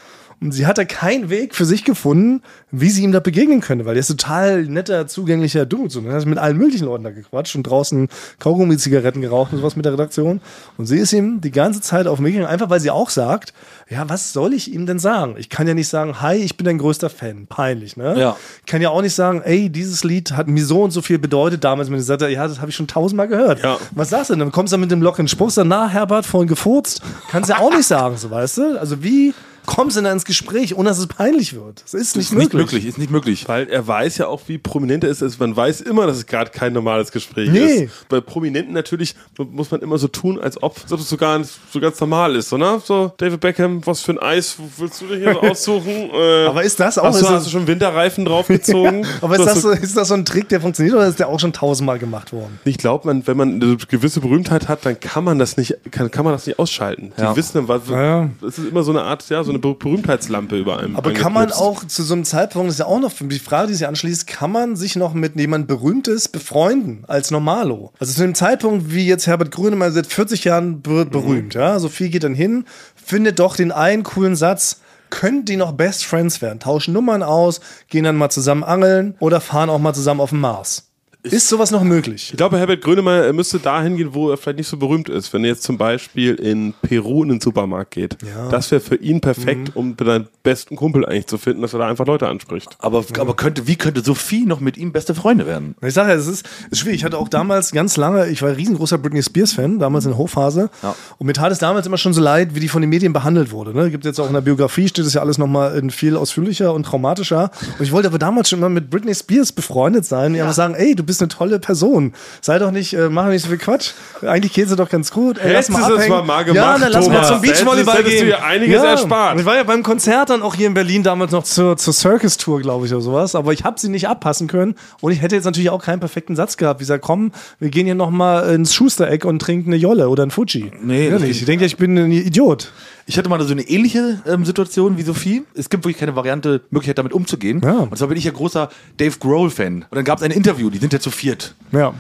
S2: Und sie hat da keinen Weg für sich gefunden, wie sie ihm da begegnen könnte, weil er ist total netter, zugänglicher Dude. So, ne? Er hat mit allen möglichen Leuten da gequatscht und draußen Kaugummi-Zigaretten geraucht und sowas mit der Redaktion. Und sie ist ihm die ganze Zeit auf dem Weg gegangen, einfach weil sie auch sagt, ja, was soll ich ihm denn sagen? Ich kann ja nicht sagen, hi, ich bin dein größter Fan. Peinlich, ne?
S1: Ja.
S2: kann ja auch nicht sagen, ey, dieses Lied hat mir so und so viel bedeutet damals, wenn ich sagte, ja, das habe ich schon tausendmal gehört.
S3: Ja.
S2: Was sagst du denn? Dann kommst du dann mit dem lockeren Spruch, sagst, na, Herbert, vorhin gefurzt. Kannst ja auch nicht sagen, so weißt du? Also wie kommst du denn da ins Gespräch, ohne dass es peinlich wird? Das ist nicht
S1: Ist nicht
S2: möglich.
S1: möglich, ist nicht möglich.
S3: Weil er weiß ja auch, wie prominent er ist. Also Man weiß immer, dass es gerade kein normales Gespräch
S2: Nee.
S3: ist. Bei Prominenten natürlich muss man immer so tun, als ob als ob es so, gar nicht, so ganz normal ist, oder? So, David Beckham, was für ein Eis willst du dir hier so aussuchen? Äh,
S2: Aber ist das auch-
S3: Hast du,
S2: ist das-
S3: hast du schon Winterreifen draufgezogen?
S2: Aber ist
S3: Du hast
S2: das,
S3: so-
S2: so, ist das so ein Trick, der funktioniert oder ist der auch schon tausendmal gemacht worden?
S3: ich glaube, man, wenn man eine gewisse Berühmtheit hat, dann kann man das nicht, kann, kann man das nicht ausschalten.
S1: Ja.
S3: Die wissen, dann, was,
S2: Ja.
S3: es ist immer so eine Art, ja, so eine eine Be- Berühmtheitslampe über einem.
S2: Aber kann man
S3: angeknipst.
S2: auch zu so einem Zeitpunkt, das ist ja auch noch die Frage, die sich anschließt, kann man sich noch mit jemand Berühmtes befreunden als Normalo? Also zu dem Zeitpunkt, wie jetzt Herbert Grönemeyer seit 40 Jahren ber berühmt, ja, Sophie geht dann hin, findet doch den einen coolen Satz, könnt die noch Best Friends werden, tauschen Nummern aus, gehen dann mal zusammen angeln oder fahren auch mal zusammen auf den Mars. Ist sowas noch möglich?
S3: Ich glaube, Herbert Grönemeyer er müsste dahin gehen, wo er vielleicht nicht so berühmt ist. Wenn er jetzt zum Beispiel in Peru in den Supermarkt geht. Das wäre für ihn perfekt,
S1: Mhm.
S3: um seinen besten Kumpel eigentlich zu finden, dass er da einfach Leute anspricht.
S1: Aber, aber könnte, wie könnte Sophie noch mit ihm beste Freunde werden?
S2: Ich sage ja, es ist, es ist schwierig. Ich hatte auch damals ganz lange, ich war ein riesengroßer Britney Spears-Fan, damals in der Hochphase.
S1: Ja.
S2: Und mir tat es damals immer schon so leid, wie die von den Medien behandelt wurde. Ne? Gibt jetzt auch in der Biografie, steht es ja alles nochmal in viel ausführlicher und traumatischer. Und ich wollte aber damals schon immer mit Britney Spears befreundet sein. Die einfach sagen, ey, du bist eine tolle Person. Sei doch nicht, äh, mach doch nicht so viel Quatsch. Eigentlich geht sie doch ganz gut. Ey, lass
S3: Hättest
S2: mal
S3: du es
S2: abhängen.
S3: mal mal
S2: ja,
S3: gemacht,
S2: dann lass mal
S3: Thomas.
S2: zum Beachvolleyball
S3: Hättest- hättest
S2: gehen.
S3: du dir einiges erspart.
S2: Und ich war ja beim Konzert dann auch hier in Berlin damals noch zur, zur Circus Tour, glaube ich, oder sowas. Aber ich habe sie nicht abpassen können. Und ich hätte jetzt natürlich auch keinen perfekten Satz gehabt. Wie gesagt, komm, wir gehen hier nochmal ins Schustereck und trinken eine Jolle oder ein Fuji.
S1: Nee,
S2: Äh,
S1: das
S2: das nicht.
S1: geht-
S2: Ich denke, ich bin ein Idiot.
S1: Ich hatte mal so eine ähnliche ähm, Situation wie Sophie. Es gibt wirklich keine Variante, Möglichkeit damit umzugehen.
S2: Ja.
S1: Und zwar bin ich ja großer Dave Grohl-Fan. Und dann gab es ein Interview, die sind ja zu viert.
S2: Ja.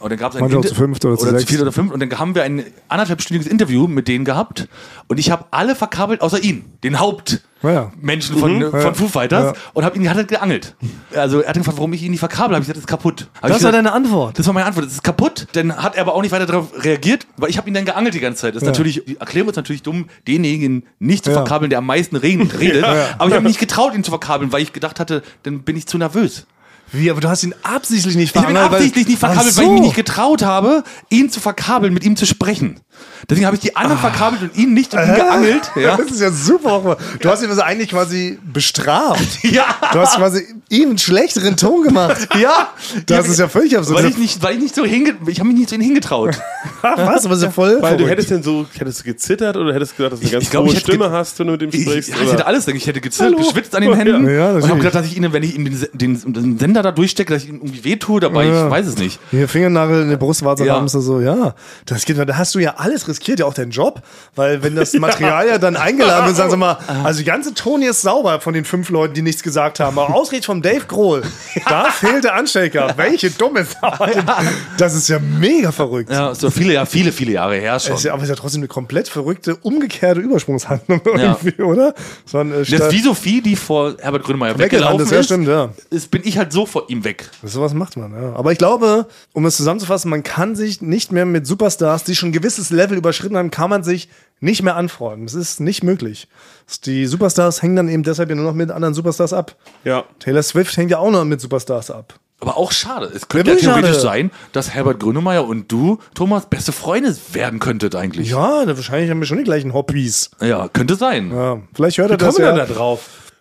S1: Und dann gab es ein
S2: Manche auch
S1: Inter-
S2: zu fünft oder zu
S1: oder zu
S2: sechst.
S1: viert oder fünf. Und dann haben wir ein anderthalbstündiges Interview mit denen gehabt. Und ich habe alle verkabelt, außer ihn, den
S2: Ja, ja.
S1: Hauptmenschen von, ne, von Foo Fighters.
S2: Ja.
S1: Und habe ihn hat er geangelt. Also er hat gefragt, warum ich ihn nicht verkabel habe. Ich gesagt, das ist kaputt. Hab ich
S2: Das war
S1: gesagt,
S2: deine Antwort.
S1: das war meine Antwort. Das ist kaputt. Dann hat er aber auch nicht weiter darauf reagiert, weil ich habe ihn dann geangelt die ganze Zeit. Das ist
S2: Ja.
S1: natürlich, die erklären uns natürlich dumm, denjenigen nicht zu
S2: Ja.
S1: verkabeln, der am meisten reden, redet. Aber ich habe mich nicht getraut, ihn zu verkabeln, weil ich gedacht hatte, dann bin ich zu nervös.
S2: Wie, aber du hast ihn absichtlich
S1: Ich
S2: nicht
S1: habe ihn
S2: verangelt, ne, weil-
S1: absichtlich nicht verkabelt,
S2: Ach
S1: weil ich mich
S2: so.
S1: nicht getraut habe, ihn zu verkabeln, mit ihm zu sprechen. Deswegen habe ich die anderen
S2: Ah.
S1: verkabelt und ihn
S2: Äh?
S1: nicht und ihn geangelt. Ja.
S2: Das ist ja super. Du hast ihn also eigentlich quasi bestraft.
S1: ja.
S2: Du hast quasi ihm einen schlechteren Ton gemacht.
S1: Ja,
S2: Das ist ja völlig absurd.
S1: Also, Weil ich nicht, weil ich nicht so hinge, ich habe mich nicht so hin hingetraut.
S2: Was? Aber ist ja voll.
S3: Weil du
S2: verrückt.
S3: hättest denn so, hättest du gezittert oder hättest du gedacht, dass du eine
S1: Ich-
S3: ganz
S1: ich glaub, ich
S3: hohe
S1: hätte
S3: Stimme
S1: ge-
S3: hast, wenn du mit ihm
S1: Ich,
S3: sprichst?
S1: ich
S3: oder?
S1: hätte alles, ich hätte gezittert,
S3: Hallo.
S1: geschwitzt an den Händen
S2: Ja,
S1: und
S2: natürlich.
S1: habe gedacht, dass ich ihn, wenn ich ihm den, Se- den, den Sender da durchstecke, dass ich ihn irgendwie wehtue dabei, ich weiß es nicht.
S2: Hier Fingernagel in der Brustwarze
S1: Ja.
S2: abends so, ja. Das geht, da hast du ja alles riskiert, ja auch deinen Job, weil wenn das Material ja dann eingeladen wird, sagen sie mal,
S1: Ah.
S2: also die ganze Toni ist sauber von den fünf Leuten, die nichts gesagt haben, aber ausgerechnet vom Dave Grohl, da fehlt der Anstecker. Welche dumme Sau. hat denn- Das ist ja mega verrückt.
S1: Ja, so viele, ja, viele, viele Jahre her schon.
S2: Ist ja, aber ist ja trotzdem eine komplett verrückte, umgekehrte Übersprungshandlung
S1: Ja.
S2: irgendwie, oder? So ein, äh,
S1: Das
S2: Stadt-
S1: ist wie Sophie, die vor Herbert Grönemeyer weggelaufen
S2: Weggerannt ist,
S1: ist,
S2: ja, stimmt, ja.
S1: ist, bin ich halt so vor ihm weg.
S2: Sowas macht man, ja. Aber ich glaube, um es zusammenzufassen, man kann sich nicht mehr mit Superstars, die schon ein gewisses Level überschritten haben, kann man sich nicht mehr anfreunden. Das ist nicht möglich. Die Superstars hängen dann eben deshalb ja nur noch mit anderen Superstars ab.
S3: Ja.
S2: Taylor Swift hängt ja auch noch mit Superstars ab.
S1: Aber auch schade. Es könnte
S2: Ja,
S1: ja
S2: wirklich
S1: theoretisch
S2: schade.
S1: sein, dass Herbert Grönemeyer und du, Thomas, beste Freunde werden könntet eigentlich.
S2: Ja, da wahrscheinlich haben wir schon die gleichen Hobbys.
S1: Ja, könnte sein.
S2: Ja, vielleicht hört er
S3: Wie
S2: das
S3: kommen wir
S2: ja.
S3: denn da drauf?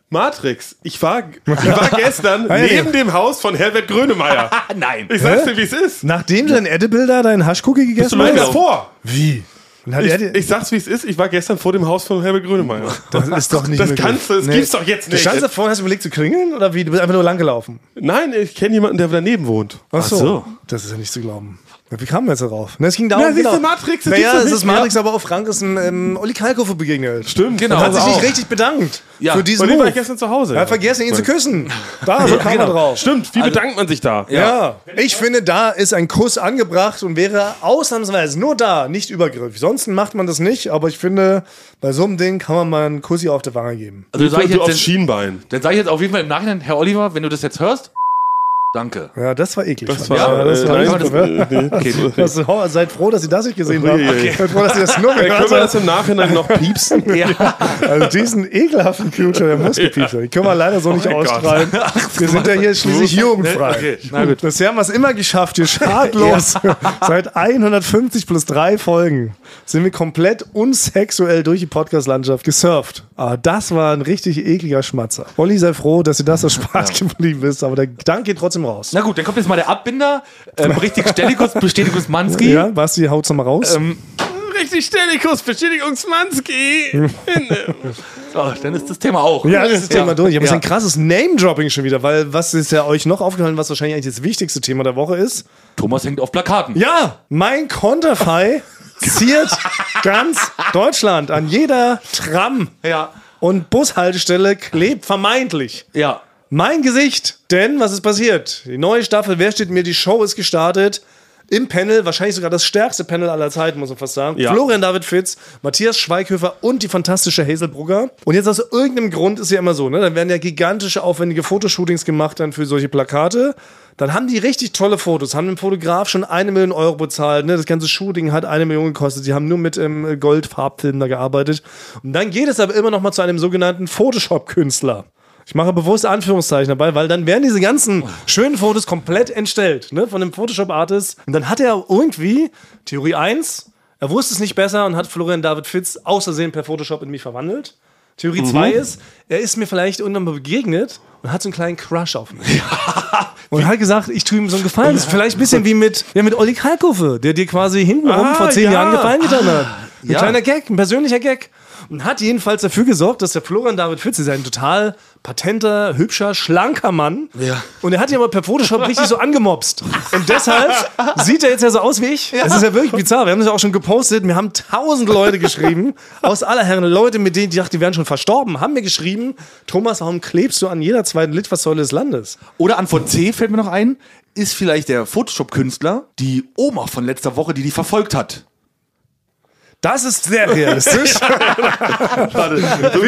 S3: Matrix. Ich war, ich war gestern
S2: Hey.
S3: neben dem Haus von Herbert Grönemeyer.
S1: Ah, nein.
S3: Ich sag's dir, wie es ist.
S2: Nachdem du dein Edible da, deinen Haschcookie gegessen
S3: Nein,
S2: hast?
S3: das vor.
S2: Wie? Und hat
S3: genau- Ich,
S2: er-
S3: ich sag's, wie es ist. Ich war gestern vor dem Haus von Herbert Grönemeyer.
S2: das ist doch nicht
S3: Das
S2: möglich.
S3: kannst du, das gibt's doch jetzt
S2: Du
S3: nicht.
S2: standst da vorne, hast überlegt zu klingeln oder wie? Du bist einfach nur lang gelaufen.
S3: Nein, ich kenne jemanden, der daneben wohnt.
S2: Ach so.
S1: Ach so.
S2: Das ist ja nicht zu glauben. Ja, Wie kamen wir jetzt darauf? Na, es ging um darum,
S3: Na, siehst du, Matrix, das
S2: naja,
S3: gibt's doch
S2: es
S3: nicht
S2: ist Matrix, aber auch Frank ist ein ähm, Olli Kalkofe begegnet.
S3: Stimmt,
S1: Genau.
S2: Und hat sich
S1: Also
S2: nicht
S1: auch.
S2: richtig bedankt
S1: Ja.
S2: für diesen
S3: Und den war ich
S2: Move.
S3: gestern zu Hause.
S2: Er hat vergessen, ihn zu küssen. Da, so kam er drauf.
S3: genau. Stimmt, wie bedankt man sich da?
S2: Also- Ja. ich finde, da ist ein Kuss angebracht und wäre ausnahmsweise nur da, nicht übergriffig. Sonst macht man das nicht, aber ich finde, bei so einem Ding kann man mal einen Kussi auf die Wange geben.
S1: Also sag ich
S3: Du
S1: jetzt,
S3: aufs
S1: dann,
S3: Schienbein.
S1: dann sage ich jetzt auf jeden Fall im Nachhinein, Herr Oliver, wenn du das jetzt hörst, danke.
S2: Ja, das war eklig.
S3: Das
S2: fand ich.
S3: war,
S2: ja, das
S3: äh,
S2: war
S3: nein,
S2: richtig, ja.
S3: äh, nee.
S1: Okay.
S2: Das, oh, seid froh, dass ihr das nicht gesehen habt.
S3: Okay.
S2: Seid froh, dass ihr das nur
S3: Dann
S2: gehört
S3: können wir das
S2: habt.
S3: im Nachhinein noch piepsen?
S1: Ja.
S2: Also diesen ekelhaften Future, der muss gepiept werden. Den können wir leider so nicht
S1: Oh
S3: mein Gott.
S2: ausstrahlen. Wir sind ja hier schließlich jugendfrei.
S1: Okay, na gut.
S2: Bisher haben wir es immer geschafft, hier schadlos. Seit 150 plus drei Folgen sind wir komplett unsexuell durch die Podcast-Landschaft gesurft. Aber das war ein richtig ekliger Schmatzer. Olli, sei froh, dass dir das so Spaß geblieben ist, aber der Dank geht trotzdem raus.
S1: Na gut, dann kommt jetzt mal der Abbinder. Ähm, richtig Stellikus, Bestätikus Manski.
S2: Ja, Basti, haut's nochmal
S1: Ähm,
S2: raus.
S3: Richtig Stellikus, Bestätigungsmanski.
S1: So, dann ist das Thema auch.
S2: Ja, das ist Thema durch. Aber es
S1: Ja.
S2: ist ein krasses Name-Dropping schon wieder, weil was ist ja euch noch aufgefallen, was wahrscheinlich eigentlich das wichtigste Thema der Woche ist?
S1: Thomas hängt auf Plakaten.
S2: Ja, mein Konterfei ziert ganz Deutschland an jeder Tram.
S1: Ja.
S2: und Bushaltestelle klebt vermeintlich
S1: Ja.
S2: mein Gesicht. Denn was ist passiert? Die neue Staffel Wer steht mir? Die Show ist gestartet. Im Panel, wahrscheinlich sogar das stärkste Panel aller Zeiten, muss man fast sagen.
S3: Ja.
S2: Florian David Fitz, Matthias Schweighöfer und die fantastische Hazel Brugger. Und jetzt aus irgendeinem Grund ist ja immer so, ne? Dann werden ja gigantische, aufwendige Fotoshootings gemacht dann für solche Plakate. Dann haben die richtig tolle Fotos, haben dem Fotograf schon eine Million Euro bezahlt. Ne? Das ganze Shooting hat eine Million gekostet. Die haben nur mit ähm, Goldfarbfilm da gearbeitet. Und dann geht es aber immer noch mal zu einem sogenannten Photoshop-Künstler. Ich mache bewusst Anführungszeichen dabei, weil dann werden diese ganzen schönen Fotos komplett entstellt, ne, von dem Photoshop-Artist. Und dann hat er irgendwie, Theorie 1, er wusste es nicht besser und hat Florian David Fitz außersehen per Photoshop in mich verwandelt. Theorie 2 ist, er ist mir vielleicht irgendwann mal begegnet und hat so einen kleinen Crush auf mich. Und hat halt gesagt, ich tue ihm so einen Gefallen. Das ist vielleicht ein bisschen wie mit, ja, mit Olli Kalkofe, der dir quasi hintenrum
S3: Ah,
S2: vor zehn
S3: ja.
S2: Jahren Gefallen getan hat. Ein
S1: ja.
S2: kleiner Gag, ein persönlicher Gag. Und hat jedenfalls dafür gesorgt, dass der Florian David Fitz ist ein total patenter, hübscher, schlanker Mann.
S1: Ja.
S2: Und er hat ihn aber per Photoshop richtig so angemopst. Und deshalb sieht er jetzt ja so aus wie ich. Es ist ja wirklich bizarr. Wir haben das ja auch schon gepostet. Mir haben tausend Leute geschrieben. aus aller Herren Leute, mit denen ich dachte, die wären schon verstorben, haben mir geschrieben, Thomas, warum klebst du an jeder zweiten Litfaßsäule des Landes?
S1: Oder Antwort C fällt mir noch ein. Ist vielleicht der Photoshop-Künstler die Oma von letzter Woche, die die verfolgt hat?
S2: Das ist sehr realistisch.
S3: Wie,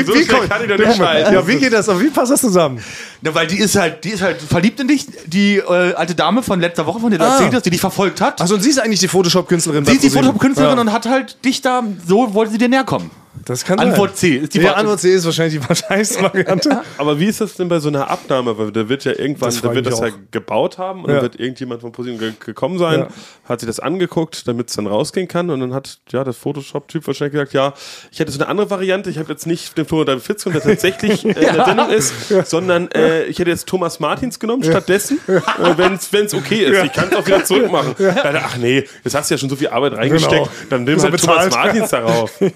S2: wie kommt-
S3: kann ich da nicht schneiden?
S2: ja, wie geht das? Wie passt das zusammen?
S1: Na, weil die ist halt, die ist halt verliebt in dich, die äh, alte Dame von letzter Woche, von der du
S2: Ah.
S1: erzählt hast, die dich verfolgt hat.
S2: Achso, Also, und sie ist eigentlich die Photoshop-Künstlerin.
S1: Sie
S2: bei
S1: ist die
S2: ProSieben.
S1: Photoshop-Künstlerin
S2: Ja.
S1: und hat halt dich da, so wollte sie dir näher kommen.
S2: Das kann
S1: Antwort
S2: sein.
S1: C ist die
S2: ja,
S1: Wahrheit.
S2: Antwort C ist wahrscheinlich die wahrscheinlichste Variante.
S3: Aber wie ist das denn bei so einer Abnahme? Weil da wird ja irgendwann,
S2: Das
S3: da
S2: frag
S3: wird
S2: ich
S3: das ja
S2: auch.
S3: gebaut haben und
S2: Ja.
S3: dann wird irgendjemand von ProSieben ge gekommen sein,
S2: Ja.
S3: hat sich das angeguckt, damit es dann rausgehen kann und dann hat ja der Photoshop-Typ wahrscheinlich gesagt, ja, ich hätte so eine andere Variante, ich habe jetzt nicht den Florian David Fitz genommen, der tatsächlich äh, in der Sendung ist, sondern äh, ich hätte jetzt Thomas Martins genommen stattdessen, äh, wenn es okay ist. Ich kann es auch wieder zurückmachen. Dann, Ach nee, jetzt hast du ja schon so viel Arbeit reingesteckt,
S2: Genau.
S3: dann nimm
S2: Ist
S3: halt
S2: er
S3: Thomas
S2: bezahlt.
S3: Martins darauf. Ist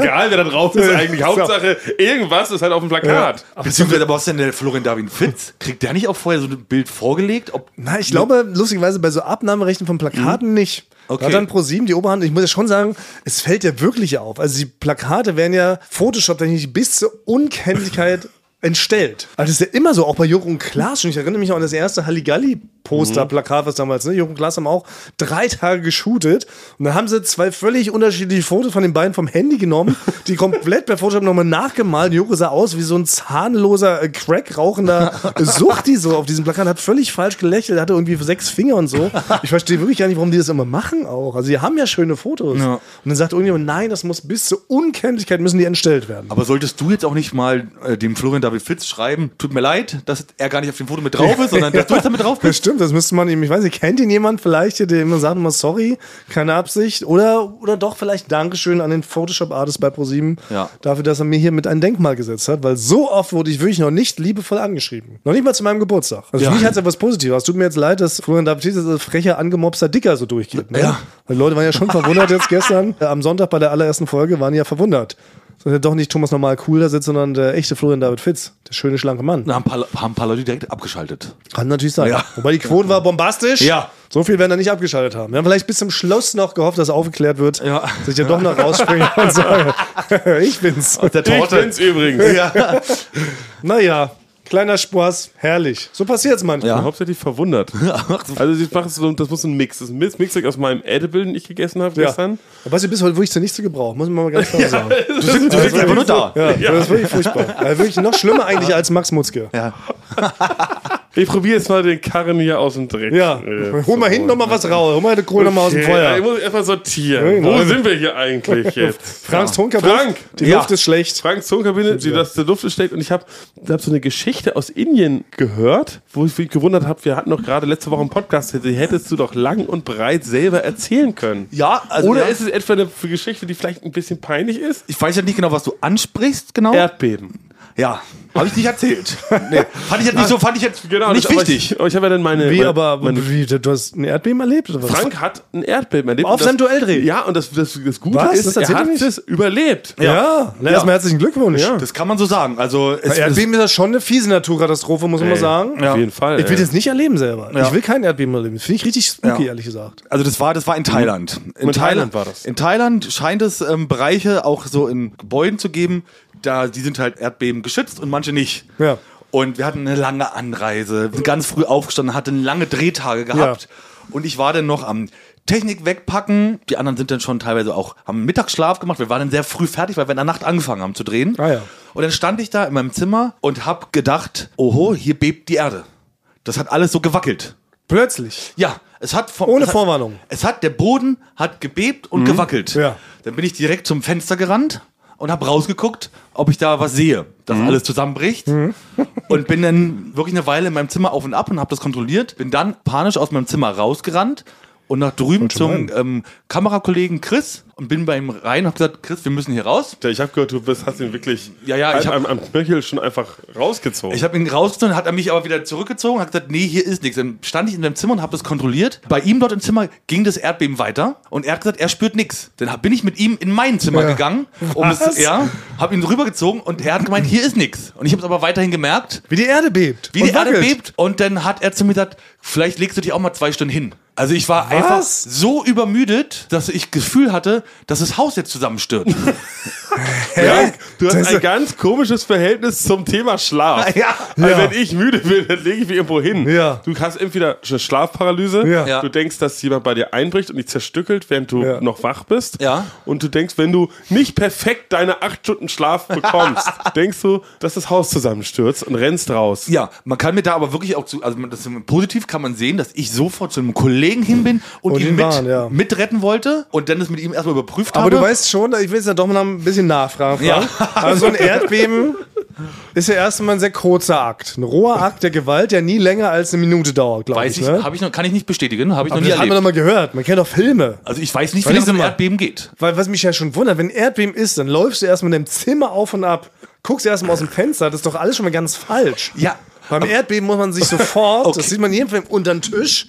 S2: Ja.
S3: egal, wer da drauf ist eigentlich.
S2: So.
S3: Hauptsache, irgendwas ist halt auf dem Plakat.
S1: Beziehungsweise, aber was ist denn der Florian Darwin Fitz? Kriegt der nicht auch vorher so ein Bild vorgelegt? Ob,
S2: Na, ich glaube, lustigerweise bei so Abnahmerechten von Plakaten nicht.
S1: Mhm. Okay.
S2: Da hat dann pro sieben die Oberhand. Ich muss ja schon sagen, es fällt ja wirklich auf. Also die Plakate werden ja Photoshop-technisch bis zur Unkenntlichkeit entstellt. Also das ist ja immer so, auch bei Jürgen Klaas schon. Ich erinnere mich auch an das erste Halligalli-Poster-Plakat, was damals, ne? Jürgen Klaas haben auch drei Tage geshootet und dann haben sie zwei völlig unterschiedliche Fotos von den beiden vom Handy genommen, die komplett bei Photoshop nochmal nachgemalt. Jürgen sah aus wie so ein zahnloser, äh, Crack-rauchender Suchti so auf diesem Plakat, hat völlig falsch gelächelt, hatte irgendwie sechs Finger und so. Ich verstehe wirklich gar nicht, warum die das immer machen auch. Also die haben ja schöne Fotos.
S1: Ja.
S2: Und dann sagt irgendjemand, nein, das muss bis zur Unkenntlichkeit müssen die entstellt werden.
S1: aber solltest du jetzt auch nicht mal äh, dem Florian David Fitz schreiben, tut mir leid, dass er gar nicht auf dem Foto mit drauf ist, sondern dass du jetzt damit drauf
S2: Das
S1: bist?
S2: stimmt, das müsste man ihm, ich weiß nicht, kennt ihn jemand vielleicht, der immer sagt mal sorry, keine Absicht oder, oder doch vielleicht Dankeschön an den Photoshop-Artist bei ProSieben
S1: Ja.
S2: dafür, dass er mir hier mit ein Denkmal gesetzt hat, weil so oft wurde ich wirklich noch nicht liebevoll angeschrieben. Noch nicht mal zu meinem Geburtstag. Also
S1: Ja.
S2: für mich hat es etwas Positives. Es tut mir jetzt leid, dass Florian David Tietz als frecher, angemobster Dicker so durchgeht. Ne?
S1: Ja.
S2: Weil die Leute waren ja schon verwundert jetzt gestern. Äh, Am Sonntag bei der allerersten Folge waren die ja verwundert. Dass ja doch nicht Thomas normal cool da sitzt, sondern der echte Florian David Fitz, der schöne, schlanke Mann.
S1: Da haben ein, paar, haben ein paar Leute direkt abgeschaltet.
S2: Kann natürlich sein.
S1: Ja.
S2: Wobei die Quote war bombastisch.
S1: Ja.
S2: So viel werden da nicht abgeschaltet haben. Wir haben vielleicht bis zum Schluss noch gehofft, dass aufgeklärt wird,
S1: Ja.
S2: dass ich ja doch noch rausspringe und sage, ich bin's.
S1: Der
S3: Ich bin's übrigens.
S2: Naja, kleiner Spaß, herrlich. So passiert's manchmal.
S3: bin hauptsächlich verwundert. also ich mache so, das muss ein Mix. Das ist ein Mix- Mixzeug aus meinem Edible, den ich gegessen habe gestern.
S2: Aber du bist heute wirklich zu nichts zu gebrauchen, muss man mal ganz klar sagen.
S1: Du sitzt, du sitzt
S2: also,
S1: einfach nur da.
S2: Ja, Das ist wirklich furchtbar. Ja, wirklich noch schlimmer eigentlich als Max Mutzke. Ja,
S3: Ich probiere jetzt mal den Karren hier aus dem Dreck. Äh,
S2: hol mal hinten nochmal was raus. Hol mal die Kohle nochmal aus dem
S3: okay,
S2: Feuer.
S3: Ich muss erstmal sortieren.
S2: Genau.
S3: Wo sind wir hier eigentlich jetzt?
S2: Franz Tunker,
S3: Frank!
S2: die
S1: Ja.
S2: Luft ist schlecht.
S3: Franks Tonkabine, die das der Luft steckt. Und ich habe hab so eine Geschichte aus Indien gehört, wo ich mich gewundert habe, wir hatten noch gerade letzte Woche einen Podcast, die hättest du doch lang und breit selber erzählen können.
S1: Ja, also
S3: Oder
S1: ja.
S3: ist es etwa eine Geschichte, die vielleicht ein bisschen peinlich ist?
S1: Ich weiß ja nicht genau, was du ansprichst,
S2: Oh.
S1: genau.
S3: Erdbeben.
S1: Ja. Habe ich nicht erzählt. nee. Fand ich jetzt nicht so, fand ich jetzt
S3: Genau,
S1: nicht
S3: das- aber
S1: wichtig.
S3: Ich, aber ich habe ja dann meine.
S2: Wie,
S3: meine,
S2: aber
S3: Meine,
S2: wie, du hast ein Erdbeben erlebt oder was?
S3: Frank hat ein Erdbeben erlebt.
S2: Auf
S3: Und das-
S2: seinem Duelldreh.
S3: Ja, und das, das, das Gute
S2: Was?
S3: ist,
S2: Das
S3: er
S2: erzählt er
S3: hat
S2: nicht?
S3: es überlebt.
S2: Ja, na, erstmal herzlichen Glückwunsch.
S3: Ja.
S1: Das kann man so sagen. Also es,
S2: Bei Erdbeben ist das schon eine fiese Naturkatastrophe, muss man mal sagen.
S3: Auf jeden Fall.
S2: Ich will
S3: ey.
S2: das nicht erleben selber.
S1: Ja.
S2: Ich will kein Erdbeben erleben. Das Finde ich richtig spooky,
S1: Ja.
S2: ehrlich gesagt.
S1: Also das war, das war in Thailand. In,
S3: Thailand war das.
S1: In Thailand scheint es ähm, Bereiche auch so in Gebäuden zu geben, da, die sind halt Erdbeben geschützt und manche nicht.
S2: Ja.
S1: Und wir hatten eine lange Anreise, sind ganz früh aufgestanden, hatten lange Drehtage gehabt. Und ich war dann noch am Technik wegpacken. Die anderen sind dann schon teilweise auch, haben Mittagsschlaf gemacht. Wir waren dann sehr früh fertig, weil wir in der Nacht angefangen haben zu drehen.
S2: Ah ja.
S1: Und dann stand ich da in meinem Zimmer und hab gedacht, oho, hier bebt die Erde. Das hat alles so gewackelt.
S2: Plötzlich.
S1: Ja, es hat vom,
S2: Ohne
S1: es hat-
S2: Vorwarnung.
S1: Es hat der Boden hat gebebt und gewackelt.
S2: Ja.
S1: Dann bin ich direkt zum Fenster gerannt und habe rausgeguckt, ob ich da was sehe, dass alles zusammenbricht.
S2: Mhm.
S1: Und bin dann wirklich eine Weile in meinem Zimmer auf und ab und habe das kontrolliert. Bin dann panisch aus meinem Zimmer rausgerannt und nach drüben zum ähm, Kamerakollegen Chris und bin bei ihm rein und habe gesagt, Chris, wir müssen hier raus.
S3: Ja, Ich habe gehört, du bist, hast ihn wirklich
S1: Ja, ja, ich
S3: halb
S1: hab-
S3: am, am Knöchel schon einfach rausgezogen.
S1: Ich habe ihn rausgezogen, hat er mich aber wieder zurückgezogen, hat gesagt, nee, hier ist nichts. Dann stand ich in seinem Zimmer und habe das kontrolliert. Bei ihm dort im Zimmer ging das Erdbeben weiter und er hat gesagt, er spürt nichts. Dann hab- bin ich mit ihm in mein Zimmer gegangen, um
S2: Was?
S1: es, ja, habe ihn rübergezogen und er hat gemeint, hier ist nichts. Und ich habe es aber weiterhin gemerkt,
S2: Wie die Erde bebt.
S1: wie
S2: und
S1: die Erde
S2: wackelt.
S1: bebt. Und dann hat er zu mir gesagt, vielleicht legst du dich auch mal zwei Stunden hin. Also ich war einfach so übermüdet, dass ich Gefühl hatte, dass das Haus jetzt zusammenstürzt.
S3: Ja, du
S2: Das
S3: hast
S2: ist-
S3: ein ganz komisches Verhältnis zum Thema Schlaf.
S1: Ja.
S3: Weil
S2: Ja.
S3: wenn ich müde bin, dann lege ich mich irgendwo hin.
S2: Ja.
S3: Du hast entweder eine Schlafparalyse,
S2: Ja.
S1: Ja.
S3: du denkst, dass jemand bei dir einbricht und dich zerstückelt, während du
S2: Ja.
S3: noch wach bist.
S1: Ja.
S3: Und du denkst, wenn du nicht perfekt deine acht Stunden Schlaf bekommst, denkst du, dass das Haus zusammenstürzt und rennst raus.
S1: Ja, man kann mir da aber wirklich auch zu, also man- das, positiv kann man sehen, dass ich sofort zu einem Kollegen hin bin und,
S2: Und
S1: ihn
S2: ihn
S1: mit,
S2: waren, ja.
S1: mitretten wollte und dann das mit ihm erstmal überprüft
S2: Aber
S1: habe.
S2: du weißt schon, ich will jetzt ja doch mal ein bisschen nachfragen.
S1: Ja.
S2: Frank. Also ein Erdbeben ist ja erstmal ein sehr kurzer Akt. Ein roher Akt der Gewalt, der nie länger als eine Minute dauert, glaube
S1: weiß
S2: ich.
S1: ich,
S2: ne?
S1: hab ich noch, kann ich nicht bestätigen, habe ich
S2: Aber
S1: noch nie
S2: das hat man doch
S1: erlebt.
S2: mal gehört. Man kennt doch Filme.
S1: Also ich weiß nicht, wie lange es
S2: Weißt du
S1: um
S2: mal?
S1: Erdbeben geht.
S2: Weil was mich ja schon wundert, wenn ein Erdbeben ist, dann läufst du erstmal in deinem Zimmer auf und ab, guckst erstmal aus dem Fenster, das ist doch alles schon mal ganz falsch.
S1: Ja.
S2: Beim Erdbeben muss man sich sofort,
S1: Okay.
S2: das sieht man in jedem Film, unter den Tisch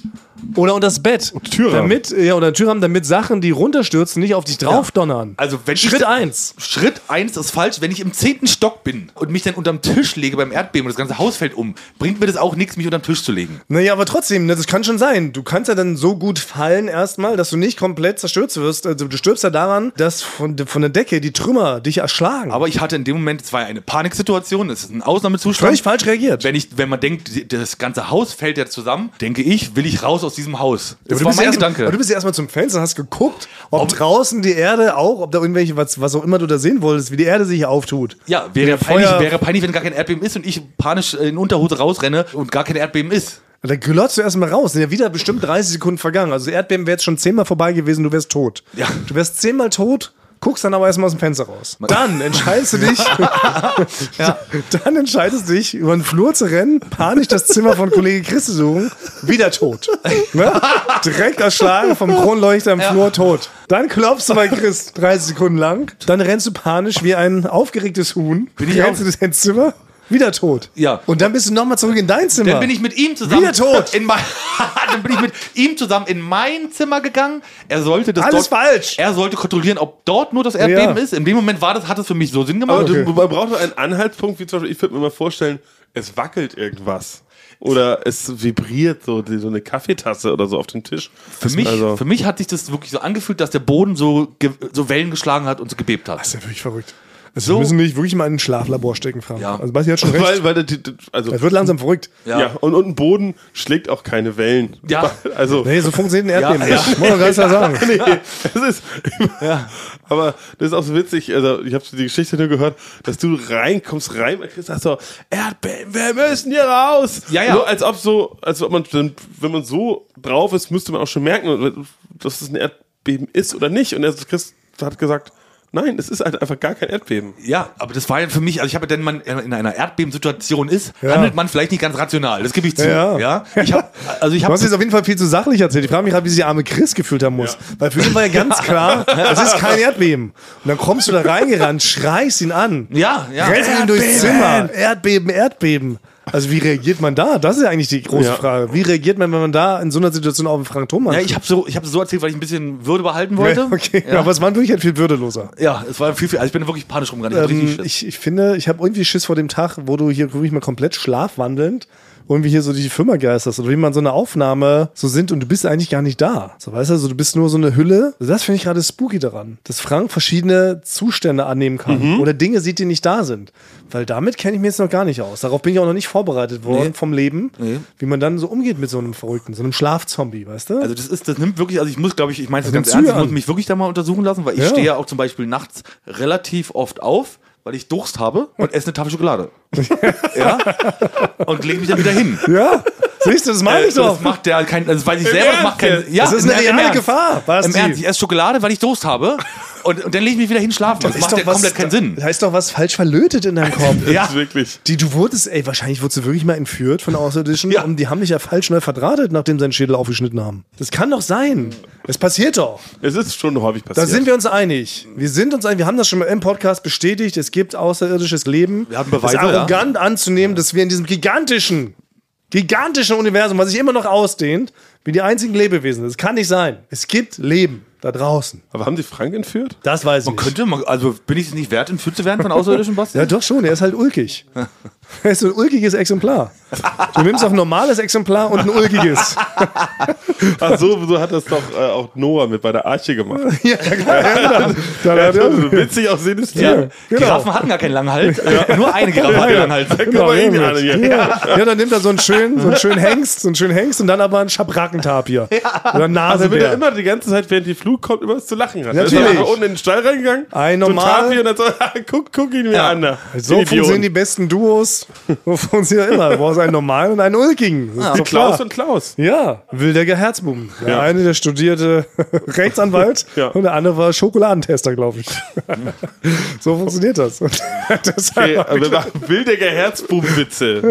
S2: oder unter das Bett.
S3: Türrahmen.
S2: Damit, ja, oder Türrahmen, damit Sachen, die runterstürzen, nicht auf dich draufdonnern.
S1: Also wenn ich
S2: Schritt
S1: da-
S2: 1.
S1: Schritt eins ist falsch, wenn ich im zehnten Stock bin und mich dann unterm Tisch lege beim Erdbeben und das ganze Haus fällt um, bringt mir das auch nichts, mich unterm Tisch zu legen.
S2: Naja, aber trotzdem, ne, das kann schon sein. Du kannst ja dann so gut fallen erstmal, dass du nicht komplett zerstört wirst. Also du stirbst ja daran, dass von, de- von der Decke die Trümmer dich erschlagen.
S1: Aber ich hatte in dem Moment, es war ja eine Paniksituation, es ist ein Ausnahmezustand.
S2: Völlig falsch reagiert.
S1: Wenn, ich, wenn man denkt, das ganze Haus fällt jetzt zusammen, denke ich, will ich raus aus diesem Haus.
S2: Aber
S1: Das
S2: du
S1: war
S2: bist
S1: mein
S2: erst-
S1: Gedanke.
S2: Aber du bist ja erstmal zum Fenster und hast geguckt, ob,
S1: Ob-
S2: draußen die Erde auch, ob da irgendwelche, was, was auch immer du da sehen wolltest, wie die Erde sich auftut.
S1: Ja, wäre
S2: Wie
S1: peinlich,
S2: Feuer-
S1: wäre peinlich, wenn gar kein Erdbeben ist und ich panisch äh, in Unterhose rausrenne und gar kein Erdbeben ist.
S2: Da glotzt du erstmal raus. Sind ja wieder bestimmt 30 Sekunden vergangen. Also Erdbeben wäre jetzt schon zehnmal vorbei gewesen, du wärst tot.
S1: Ja.
S2: Du wärst zehnmal tot, guckst dann aber erstmal aus dem Fenster raus. Dann entscheidest du dich, ja, dann entscheidest du dich, über den Flur zu rennen, panisch das Zimmer von Kollege Chris zu suchen, wieder tot. Ne? Direkt erschlagen vom Kronleuchter im Flur tot. Dann klopfst du bei Chris 30 Sekunden lang, dann rennst du panisch wie ein aufgeregtes Huhn,
S1: Bin ich
S2: rennst
S1: auch-
S2: du in dein Zimmer, wieder tot.
S1: Ja.
S2: Und dann bist du nochmal zurück in dein Zimmer.
S1: Dann bin ich mit ihm zusammen.
S2: Wieder tot.
S1: In mein, dann bin ich mit ihm zusammen in mein Zimmer gegangen. Er sollte das
S2: Alles
S1: dort,
S2: falsch.
S1: Er sollte kontrollieren, ob dort nur das Erdbeben
S2: Ja.
S1: ist. In dem Moment war das, hat es für mich so Sinn gemacht.
S3: Aber du,
S2: Okay.
S3: man braucht doch einen Anhaltspunkt, wie zum Beispiel, ich würde mir mal vorstellen, es wackelt irgendwas. Oder es vibriert so, die, so eine Kaffeetasse oder so auf dem Tisch. Also
S1: für, mich,
S2: also-
S1: für mich hat sich das wirklich so angefühlt, dass der Boden so, ge- so Wellen geschlagen hat und so gebebt hat.
S2: Das ist ja wirklich verrückt.
S1: So.
S2: Also Wir müssen mich wirklich mal in ein Schlaflabor stecken, Frank.
S1: Ja.
S2: Also Basti hat schon recht.
S3: weil, weil, die- die- also,
S2: das wird langsam verrückt.
S3: Ja. und, und ein Boden schlägt auch keine Wellen.
S1: Ja.
S3: Also,
S2: Nee, so funktioniert ein Erdbeben
S1: Ja,
S2: nicht. Muss man ganz klar sagen.
S3: nee, das ist. Aber das ist auch so witzig. Also, ich habe die Geschichte nur gehört, dass du reinkommst, rein, Chris, sagst so, Erdbeben, wir müssen hier raus.
S1: Ja, ja.
S3: So, als ob so, als ob man, dann- wenn man so drauf ist, müsste man auch schon merken, dass es ein Erdbeben ist oder nicht. Und er, Chris hat gesagt, nein, es ist halt einfach gar kein Erdbeben.
S1: Ja, aber das war ja für mich, also ich habe, wenn man in einer Erdbebensituation ist,
S2: Ja.
S1: handelt man vielleicht nicht ganz rational. Das gebe ich zu.
S2: Ja.
S1: Ich hab, also ich
S2: Du
S1: habe
S2: hast jetzt auf jeden Fall viel zu sachlich erzählt. Ich frage mich gerade, wie sich der arme Chris gefühlt haben muss. Weil für ihn war ja ganz klar, das ist kein Erdbeben. Und dann kommst du da reingerannt, schreist ihn an.
S1: ja, ja.
S2: Rennst ihn durchs Zimmer. Erdbeben, Erdbeben. Also wie reagiert man da? Das ist ja eigentlich die große
S3: Ja.
S2: Frage. Wie reagiert man, wenn man da in so einer Situation auf den Frank Thomas
S1: Ja, ich habe so, ich hab so erzählt, weil ich ein bisschen Würde behalten wollte.
S2: Okay,
S1: Ja,
S2: aber es war wirklich halt viel würdeloser.
S1: ja es war viel, viel. Also ich bin wirklich panisch rumgerannt. Ich hab
S2: Ähm,
S1: richtig Schiss.
S2: ich, ich finde, ich habe irgendwie Schiss vor dem Tag, wo du hier wirklich mal komplett schlafwandelnd irgendwie hier so die Firma geisterst oder wie man so eine Aufnahme so sind und du bist eigentlich gar nicht da. So weißt du, also du bist nur so eine Hülle. Also das finde ich gerade spooky daran, dass Frank verschiedene Zustände annehmen
S1: Mhm.
S2: kann oder Dinge sieht, die nicht da sind. Weil damit kenne ich mich jetzt noch gar nicht aus. Darauf bin ich auch noch nicht vorbereitet worden
S1: Nee.
S2: vom Leben,
S1: Nee.
S2: wie man dann so umgeht mit so einem Verrückten, so einem Schlafzombie, weißt du?
S1: Also das ist, das nimmt wirklich, also ich muss, glaube ich, ich meine das
S2: Das nimmt
S1: ganz ernst,
S2: Züge
S1: ich muss
S2: an.
S1: mich wirklich da mal untersuchen lassen, weil ich
S2: Ja.
S1: stehe ja auch zum Beispiel nachts relativ oft auf, weil ich Durst habe und esse eine Tafel Schokolade. ja? Und lege mich dann wieder hin.
S2: ja, siehst du, das meine ich
S1: Also
S2: doch.
S1: das macht der kein, also weiß ich selber, das
S3: Ernst
S1: macht keinen,
S3: jetzt?
S1: ja,
S2: Das ist eine
S1: im- im
S2: reale
S1: Ernst.
S2: Gefahr, Basti.
S1: Im Ernst, ich esse Schokolade, weil ich Durst habe und, und dann lege ich mich wieder hin schlafen. Das,
S2: Ist
S1: macht
S2: doch
S1: ja komplett keinen Sinn.
S2: Da ist doch was falsch verlötet in deinem Kopf.
S1: Ja.
S3: Das ist wirklich.
S2: Die, du wurdest, ey, wahrscheinlich wurdest du wirklich mal entführt von Außerirdischen
S1: Ja.
S2: und die haben dich ja falsch neu verdrahtet, nachdem sie deinen Schädel aufgeschnitten haben. Das kann doch sein. Es passiert doch.
S3: Es ist schon häufig
S2: Da
S3: passiert.
S2: sind wir uns einig. Wir sind uns einig. Wir haben das schon mal im Podcast bestätigt. Es gibt außerirdisches Leben.
S1: Wir haben Beweise,
S2: Es ist arrogant anzunehmen, dass wir in diesem gigantischen, gigantischen Universum, was sich immer noch ausdehnt, wie die einzigen Lebewesen. Das kann nicht sein. Es gibt Leben da draußen.
S3: Aber haben sie Frank entführt?
S2: Das weiß ich.
S1: Man könnte, man, also bin ich es nicht wert, entführt zu werden von Außerirdischen, Basti?
S2: Ja, doch schon. Er ist halt ulkig. Er ist so ein ulkiges Exemplar. Du nimmst auch ein normales Exemplar und ein ulkiges.
S3: Ach so, so hat das doch äh, auch Noah mit bei der Arche gemacht.
S2: ja, klar. Ja, genau. Da- da- da-
S3: Also witzig aussehen ist
S1: Ja,
S3: der.
S2: genau.
S1: Giraffen hatten gar keinen langen Hals. Nur eine Giraffe hatte langen Halt. Hals.
S3: Guck mal hin,
S2: ja,
S3: Arne,
S2: ja.
S3: eh hier.
S2: ja, dann nimmt er so einen schönen, so einen schönen Hengst, so einen schönen Hengst und dann aber einen Schabrackentapir. Oder einen
S3: Also damit er
S2: Nasenbär.
S3: immer die ganze Zeit, während die Flug kommt, immer was zu lachen hat.
S2: Natürlich.
S3: Er ist einfach unten in den Stall reingegangen,
S2: Ein
S3: zu
S2: normal-
S3: Tapi und dann so, "Ah, guck, guck ihn mir
S1: Ja.
S3: an. da.
S2: so
S3: Idioten.
S2: funktionieren die besten Duos. So funktioniert immer. Du brauchst einen normalen und einen ulkigen. Das ist doch
S3: Klaus
S2: klar.
S3: und Klaus.
S2: Ja, Wildecker Herzbuben. Der
S3: Ja.
S2: eine, der studierte Rechtsanwalt
S3: Ja.
S2: und der andere war Schokoladentester, glaube ich. so funktioniert das. Und
S3: Okay,
S2: Deshalb
S3: aber wir machen wildecker Herzbubenwitze.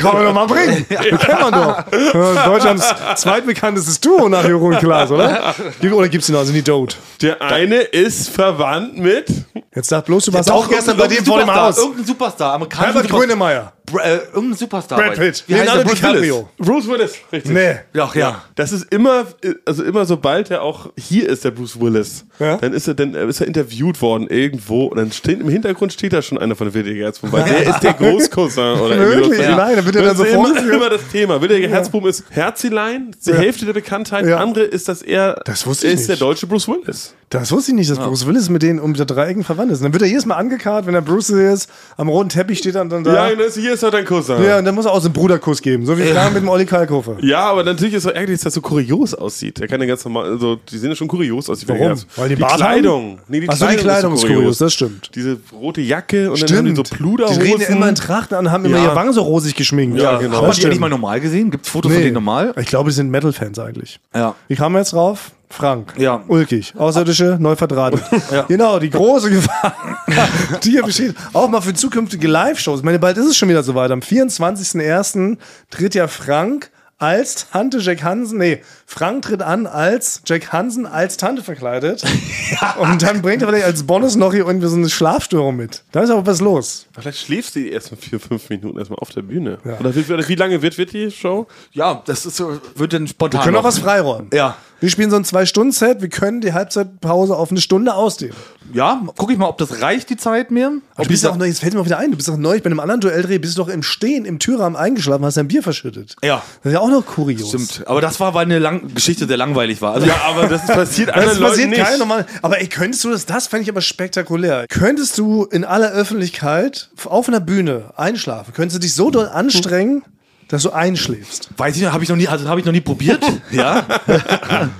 S2: kann man doch mal bringen. Den kennt man doch. Ja, Deutschlands zweitbekanntestes Duo nach Jürgen und Klaas, oder? Gib- Oder gibt's ihn also nie Dote?
S3: Der eine ist verwandt mit.
S2: Jetzt sag bloß, du warst auch gestern bei dem
S1: Irgendein
S2: vor dem
S1: Superstar,
S2: Haus.
S1: Irgendein Superstar, amerikanischer
S2: Herbert
S1: Superstar.
S2: Grönemeyer.
S1: Br äh, irgendein Superstar.
S2: Brad
S1: weiß.
S2: Pitt.
S1: Wie heißt der?
S2: Leonardo
S1: Bruce Willis.
S2: DiCaprio.
S3: Bruce Willis. Richtig.
S2: Nee.
S1: Ach ja.
S3: Das ist immer, also immer sobald er auch hier ist, der Bruce Willis,
S2: Ja.
S3: dann, ist er, dann ist er interviewt worden irgendwo und dann steht, im Hintergrund steht da schon einer von Wildecker Herzbuben, weil der ist der Großcousin oder irgendwie
S2: Wirklich?
S3: sowas.
S1: Ja.
S2: Nein, da wird er
S3: Das
S2: dann
S3: ist
S2: so
S3: immer,
S2: vorgeführt.
S3: immer das Thema. Wildecker Herzbuben ist Herzilein, die Hälfte der Bekanntheit,
S2: Ja.
S3: andere ist das eher,
S2: Das wusste ich
S3: ist
S2: nicht.
S3: der deutsche Bruce Willis.
S2: Das wusste ich nicht, dass Bruce Willis mit denen um die Dreiecken verwandt ist. Und dann wird er jedes Mal angekarrt, wenn er Bruce hier ist. Am roten Teppich steht er dann da.
S3: Ja, das- hier ist er dein Cousin.
S2: Ja, und dann muss er auch so einen Bruderkuss geben, so wie ja. mit dem Olli Kalkofe.
S3: Ja, aber natürlich ist es ärgerlich, dass das so kurios aussieht. Er kann ja ganz normal, also die sehen ja schon kurios aus. Die
S2: Warum?
S3: Wildecker Herzbuben.
S2: Weil die
S3: die
S2: Bart haben?
S3: Kleidung. Nee, die
S2: Ach so, die Kleidung ist
S3: so
S2: kurios, das stimmt.
S3: Diese rote Jacke und dann haben die so
S2: Die
S3: Pluderhosen.
S2: reden ja immer in Trachten an, haben immer
S3: Ja.
S2: ihre Wangen so rosig geschminkt.
S3: Ja,
S2: Das
S3: genau.
S1: Haben wir die
S2: stimmt.
S1: eigentlich mal normal gesehen? Gibt es Fotos von
S2: Nee.
S1: denen normal?
S2: Ich glaube, die sind Metal-Fans eigentlich.
S1: Ja.
S2: Wie kamen wir jetzt drauf? Frank.
S1: Ja.
S2: Ulkig. Außerirdische, neu verdrahtet.
S1: Ja.
S2: Genau, die große Gefahr, die hier besteht. Auch mal für zukünftige Live-Shows. Ich meine, bald ist es schon wieder soweit. Am 24.01. tritt ja Frank als Tante Jack Hansen, nee, Frank tritt an als Jack Hansen als Tante verkleidet. Und dann bringt er vielleicht als Bonus noch hier irgendwie so eine Schlafstörung mit. Da ist aber was los.
S3: Vielleicht schläft sie erst mal vier, fünf Minuten erstmal auf der Bühne. Oder, wie, oder wie lange wird, wird die Show?
S1: Ja, das ist, so- wird dann spontan.
S2: Wir können auch was
S1: laufen.
S2: freiräumen.
S1: Ja.
S2: Wir spielen so ein Zwei-Stunden-Set. Wir können die Halbzeitpause auf eine Stunde ausdehnen.
S1: Ja, guck ich mal, ob das reicht, die Zeit mir.
S2: Aber
S1: Ob
S2: du bist
S1: die-
S2: ja auch neu, jetzt fällt mir auch wieder ein, du bist doch neu, bei einem anderen Duelldreh, bist du doch im Stehen, im Türrahmen eingeschlafen, hast dein Bier verschüttet.
S1: Ja.
S2: Das ist ja auch noch kurios.
S1: Stimmt. Aber das war, weil eine lang Geschichte sehr langweilig war. Also,
S3: Ja, aber das passiert
S2: Das passiert keinem normalen. Aber ey, könntest du das, das fände ich aber spektakulär. Könntest du in aller Öffentlichkeit auf einer Bühne einschlafen? Könntest du dich so doll anstrengen, dass du einschläfst?
S1: Weiß ich noch, habe ich noch nie, also habe ich noch nie probiert. ja.